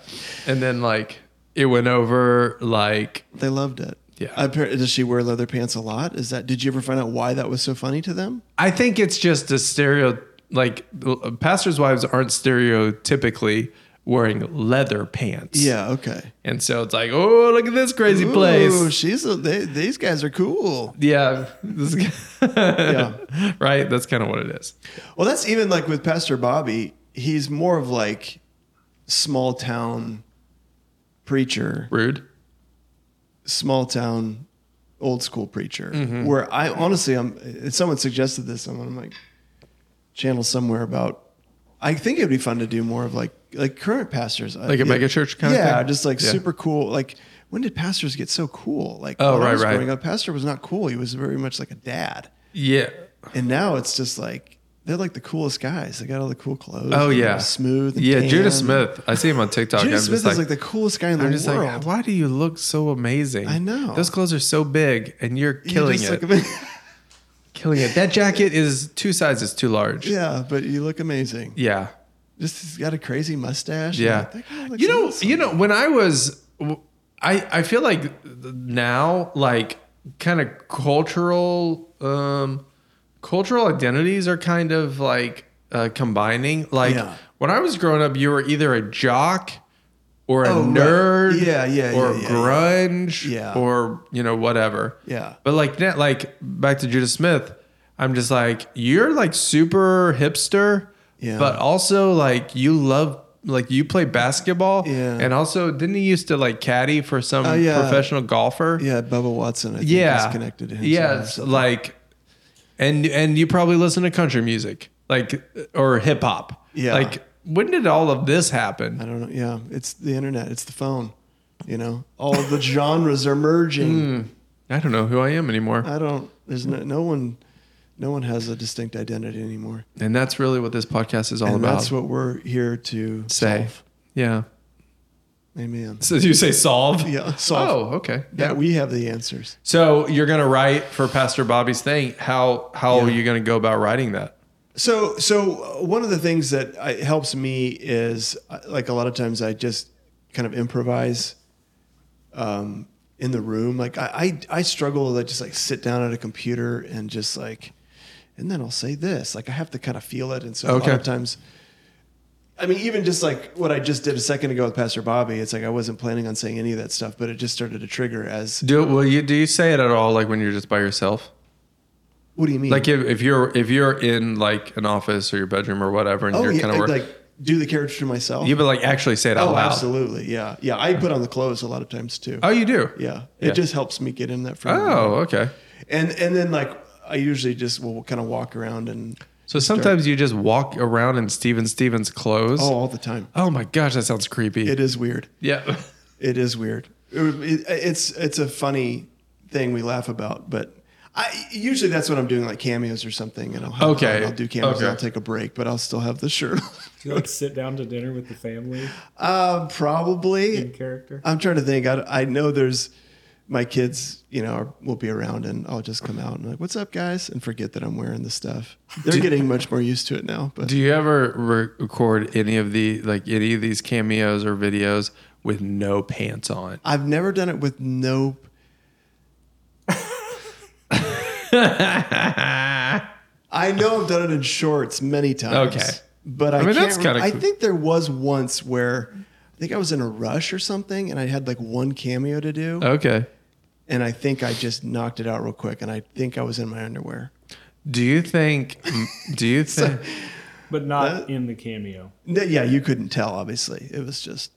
S1: And then like it went over like
S2: They loved it.
S1: Yeah.
S2: Appar- does she wear leather pants a lot? Is that? Did you ever find out why that was so funny to them?
S1: I think it's just a stereo. Like l- pastors' wives aren't stereotypically wearing leather pants.
S2: Yeah. Okay.
S1: And so it's like, oh, look at this crazy
S2: Ooh,
S1: place.
S2: she's a, they, these guys are cool.
S1: Yeah. This guy- Right. That's kind of what it is.
S2: Well, that's even like with Pastor Bobby. He's more of like small town preacher,
S1: Rude.
S2: small town old school preacher.
S1: Mm-hmm.
S2: Where I honestly, I'm. Someone suggested this on one of my channels somewhere about. I think it'd be fun to do more of like like current pastors, uh,
S1: Like a mega church kind of
S2: yeah,
S1: thing?
S2: just like
S1: Yeah.
S2: super cool. Like when did pastors get so cool? Like
S1: Oh,
S2: when I
S1: right,
S2: was
S1: right.
S2: growing up, pastor was not cool. He was very much like a dad,
S1: Yeah.
S2: and now it's just like they're like the coolest guys. They got all the cool clothes.
S1: Oh,
S2: They're
S1: yeah.
S2: smooth. And
S1: Yeah,
S2: tan.
S1: Judah Smith. I see him on TikTok.
S2: Judah
S1: I'm
S2: Smith
S1: just like,
S2: is like the coolest guy in the
S1: I'm just
S2: world.
S1: like, why do you look so amazing?
S2: I know.
S1: Those clothes are so big, and you're
S2: You
S1: killing
S2: just
S1: it.
S2: look ama-
S1: killing it. That jacket is two sizes too large.
S2: yeah, but you look amazing.
S1: Yeah.
S2: Just he's got a crazy mustache. I'm
S1: Yeah.
S2: like, that guy looks
S1: You know,
S2: awesome.
S1: you know, when I was, I I feel like now, like kind of cultural, um, cultural identities are kind of like uh, combining. Like
S2: Yeah.
S1: when I was growing up, you were either a jock or a
S2: Oh, right.
S1: nerd,
S2: Yeah, yeah,
S1: or
S2: yeah, yeah,
S1: grunge,
S2: yeah.
S1: or you know whatever.
S2: Yeah.
S1: But like now, like back to Judah Smith, I'm just like you're like super hipster,
S2: Yeah.
S1: but also like you love like you play basketball,
S2: Yeah.
S1: and also didn't he used to like caddy for some
S2: Oh, yeah.
S1: professional golfer?
S2: Yeah, Bubba Watson. I think
S1: yeah,
S2: is connected to him.
S1: Yeah,
S2: somehow.
S1: it's like, and and you probably listen to country music, like or hip hop.
S2: Yeah.
S1: like when did all of this
S2: I
S1: happen?
S2: don't know. Yeah, it's the internet. It's the phone. You know, all the genres are
S1: Hmm.
S2: merging.
S1: I don't know who I am anymore,
S2: I don't. There's no, no one. No one has a distinct identity anymore,
S1: and that's really what this podcast is all
S2: and
S1: about.
S2: that's what we're here to
S1: Say.
S2: solve.
S1: yeah.
S2: Amen.
S1: So you say solve?
S2: Yeah, solve.
S1: Solve. Oh, okay.
S2: Yeah, we have the answers.
S1: So you're gonna write for Pastor Bobby's thing. How how
S2: Yeah.
S1: are you gonna go about writing that?
S2: So, so uh, one of the things that I, helps me is uh, like a lot of times I just kind of improvise um, in the room. Like I, I, I struggle to just like sit down at a computer and just like, and then I'll say this. Like I have to kind of feel it, and so a lot
S1: Okay.
S2: of times. I mean, even just like what I just did a second ago with Pastor Bobby, it's like I wasn't planning on saying any of that stuff, but it just started to trigger. As
S1: Do will you do you say it at all like when you're just by yourself?
S2: what do you mean?
S1: Like if, if you're if you're in like an office or your bedroom or whatever and
S2: oh
S1: you're
S2: yeah,
S1: kind of
S2: like do the character to myself.
S1: you but like actually say it out
S2: Oh,
S1: loud.
S2: absolutely. Yeah. Yeah. I put on the clothes a lot of times too.
S1: Oh you do?
S2: yeah. It
S1: yeah.
S2: just helps me get in that frame. of
S1: Oh,
S2: mind.
S1: okay.
S2: And and then like I usually just will kind of walk around and
S1: So sometimes you just walk around in Steven Stevens clothes.
S2: oh
S1: Oh,
S2: all the time.
S1: my gosh, that sounds creepy.
S2: It is weird.
S1: yeah.
S2: It is weird. It- it- it's it's a funny thing we laugh about, but I usually that's what I'm doing like cameos or something, and I'll have
S1: Okay.
S2: I'll do cameos and
S1: Okay.
S2: I'll take a break, but I'll still have the shirt. on.
S3: Do you like sit down to dinner with the family
S2: uh, probably
S3: in character?
S2: I'm trying to think. I, I know there's my kids, you know, are, will be around and I'll just come out and like, what's up, guys? And forget that I'm wearing this stuff. They're getting much more used to it now. But
S1: Do you ever re- record any of the like any of these cameos or videos with no pants on?
S2: I've never done it with no. I know I've done it in shorts many times.
S1: Okay.
S2: But I,
S1: I mean,
S2: can't.
S1: that's
S2: rem-
S1: kinda
S2: I
S1: cool.
S2: think there was once where I think I was in a rush or something and I had like one cameo to do.
S1: Okay.
S2: And I think I just knocked it out real quick. And I think I was in my underwear.
S1: Do you think? Do you think?
S3: But not in the cameo.
S2: No, Yeah, you couldn't tell. Obviously, it was just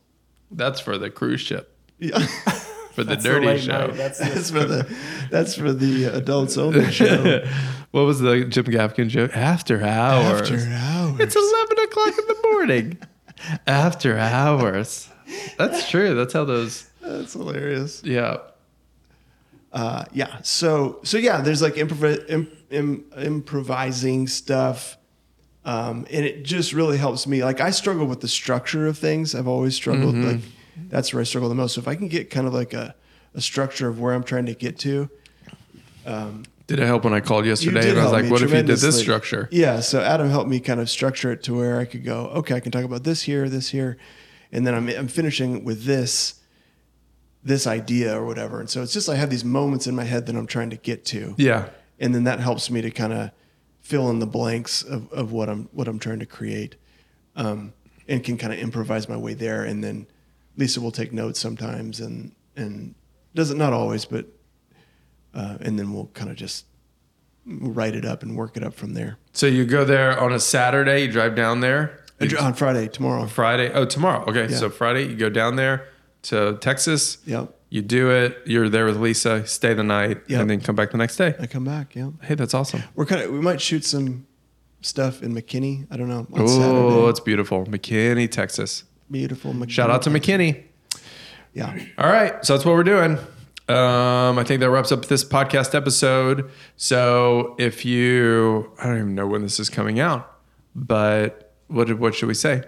S1: that's for the cruise ship
S2: yeah.
S1: for the
S3: That's
S1: dirty
S3: the late
S1: show.
S3: night. That's the,
S2: that's for the that's for the adults only show.
S1: what was the Jim Gaffigan joke? After hours.
S2: After hours,
S1: It's eleven o'clock in the morning. After hours. That's true. That's how those.
S2: that's hilarious.
S1: Yeah.
S2: Uh, yeah. So so yeah, there's like improv- im- im- improvising stuff. Um, and it just really helps me. Like I struggle with the structure of things. I've always struggled.
S1: Mm-hmm.
S2: Like that's where I struggle the most. So if I can get kind of like a, a structure of where I'm trying to get to,
S1: Did it help when I called
S2: You
S1: yesterday
S2: did
S1: and I was
S2: help
S1: like,
S2: me
S1: "What if you did this
S2: tremendously.
S1: structure?"
S2: Yeah, so Adam helped me kind of structure it to where I could go, okay, I can talk about this here, this here, and then I'm I'm finishing with this this idea or whatever. And so it's just I have these moments in my head that I'm trying to get to.
S1: Yeah.
S2: And then that helps me to kind of fill in the blanks of, of what I'm what I'm trying to create. Um, and can kind of improvise my way there and then Lisa will take notes sometimes and and doesn't not always, but uh, and then we'll kind of just write it up and work it up from there.
S1: So you go there on a Saturday. You drive down there.
S2: And On Friday, tomorrow.
S1: Friday. Oh, tomorrow. Okay.
S2: Yeah.
S1: So Friday, you go down there to Texas.
S2: Yep.
S1: You do it. You're there with Lisa. Stay the night,
S2: Yep.
S1: and then come back the next day.
S2: I come back. Yeah,
S1: Hey, that's awesome.
S2: we're kind of we might shoot some stuff in McKinney. I don't know. On
S1: Oh,
S2: Saturday.
S1: it's beautiful. McKinney, Texas.
S2: beautiful. McKinney.
S1: Shout out to McKinney.
S2: Yeah,
S1: All right. So that's what we're doing. Um, I think that wraps up this podcast episode. So if you, I don't even know when this is coming out, but what did- what should we say?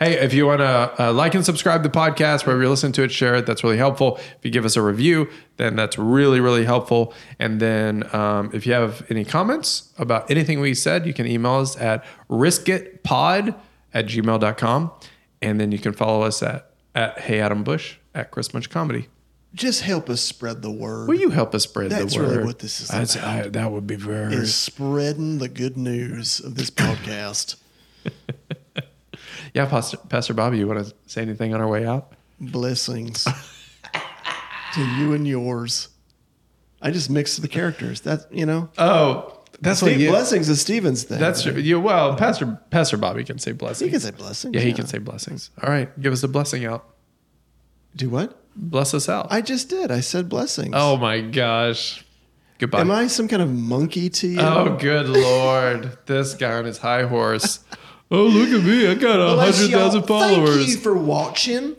S1: Hey, if you want to uh, like and subscribe to the podcast wherever you listen to it, share it. That's really helpful. If you give us a review, then that's really, really helpful. And then um, if you have any comments about anything we said, you can email us at riskitpod at gmail.com. And then you can follow us at, at Hey Adam Bush at Chris Munch Comedy.
S2: Just help us spread the word.
S1: Will you help us spread
S2: That's
S1: the word?
S2: really what this is
S1: That's- I- that would be very.
S2: is spreading the good news of this podcast.
S1: Yeah, Pastor, Pastor Bobby, you want to say anything on our way out?
S2: Blessings to you and yours. I just mixed the characters. That you know,
S1: Oh, that's
S2: Steve,
S1: what you.
S2: blessings is Steven's thing.
S1: That's your, you. Well, Pastor Pastor Bobby can say
S2: he
S1: blessings.
S2: can say blessings.
S1: yeah, he can say blessings. All right, give us a blessing out.
S2: Do what?
S1: Bless us out.
S2: I just did. I said blessings.
S1: oh my gosh. Goodbye.
S2: am I some kind of monkey to you?
S1: Oh, good lord! this guy on his high horse. Oh, look at me! I got a
S2: Bless
S1: hundred
S2: y'all.
S1: thousand followers.
S2: Thank you for watching.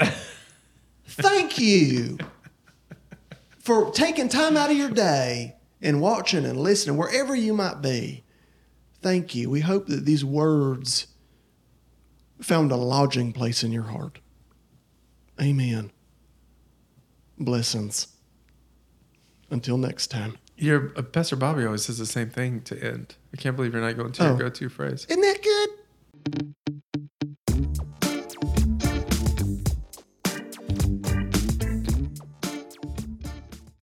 S2: Thank you for taking time out of your day and watching and listening wherever you might be. Thank you. We hope that these words found a lodging place in your heart. Amen. Blessings. Until next time.
S1: Your uh, Pastor Bobby always says the same thing to end. I can't believe you're not going to
S2: Oh.
S1: your go-to phrase.
S2: Isn't that good?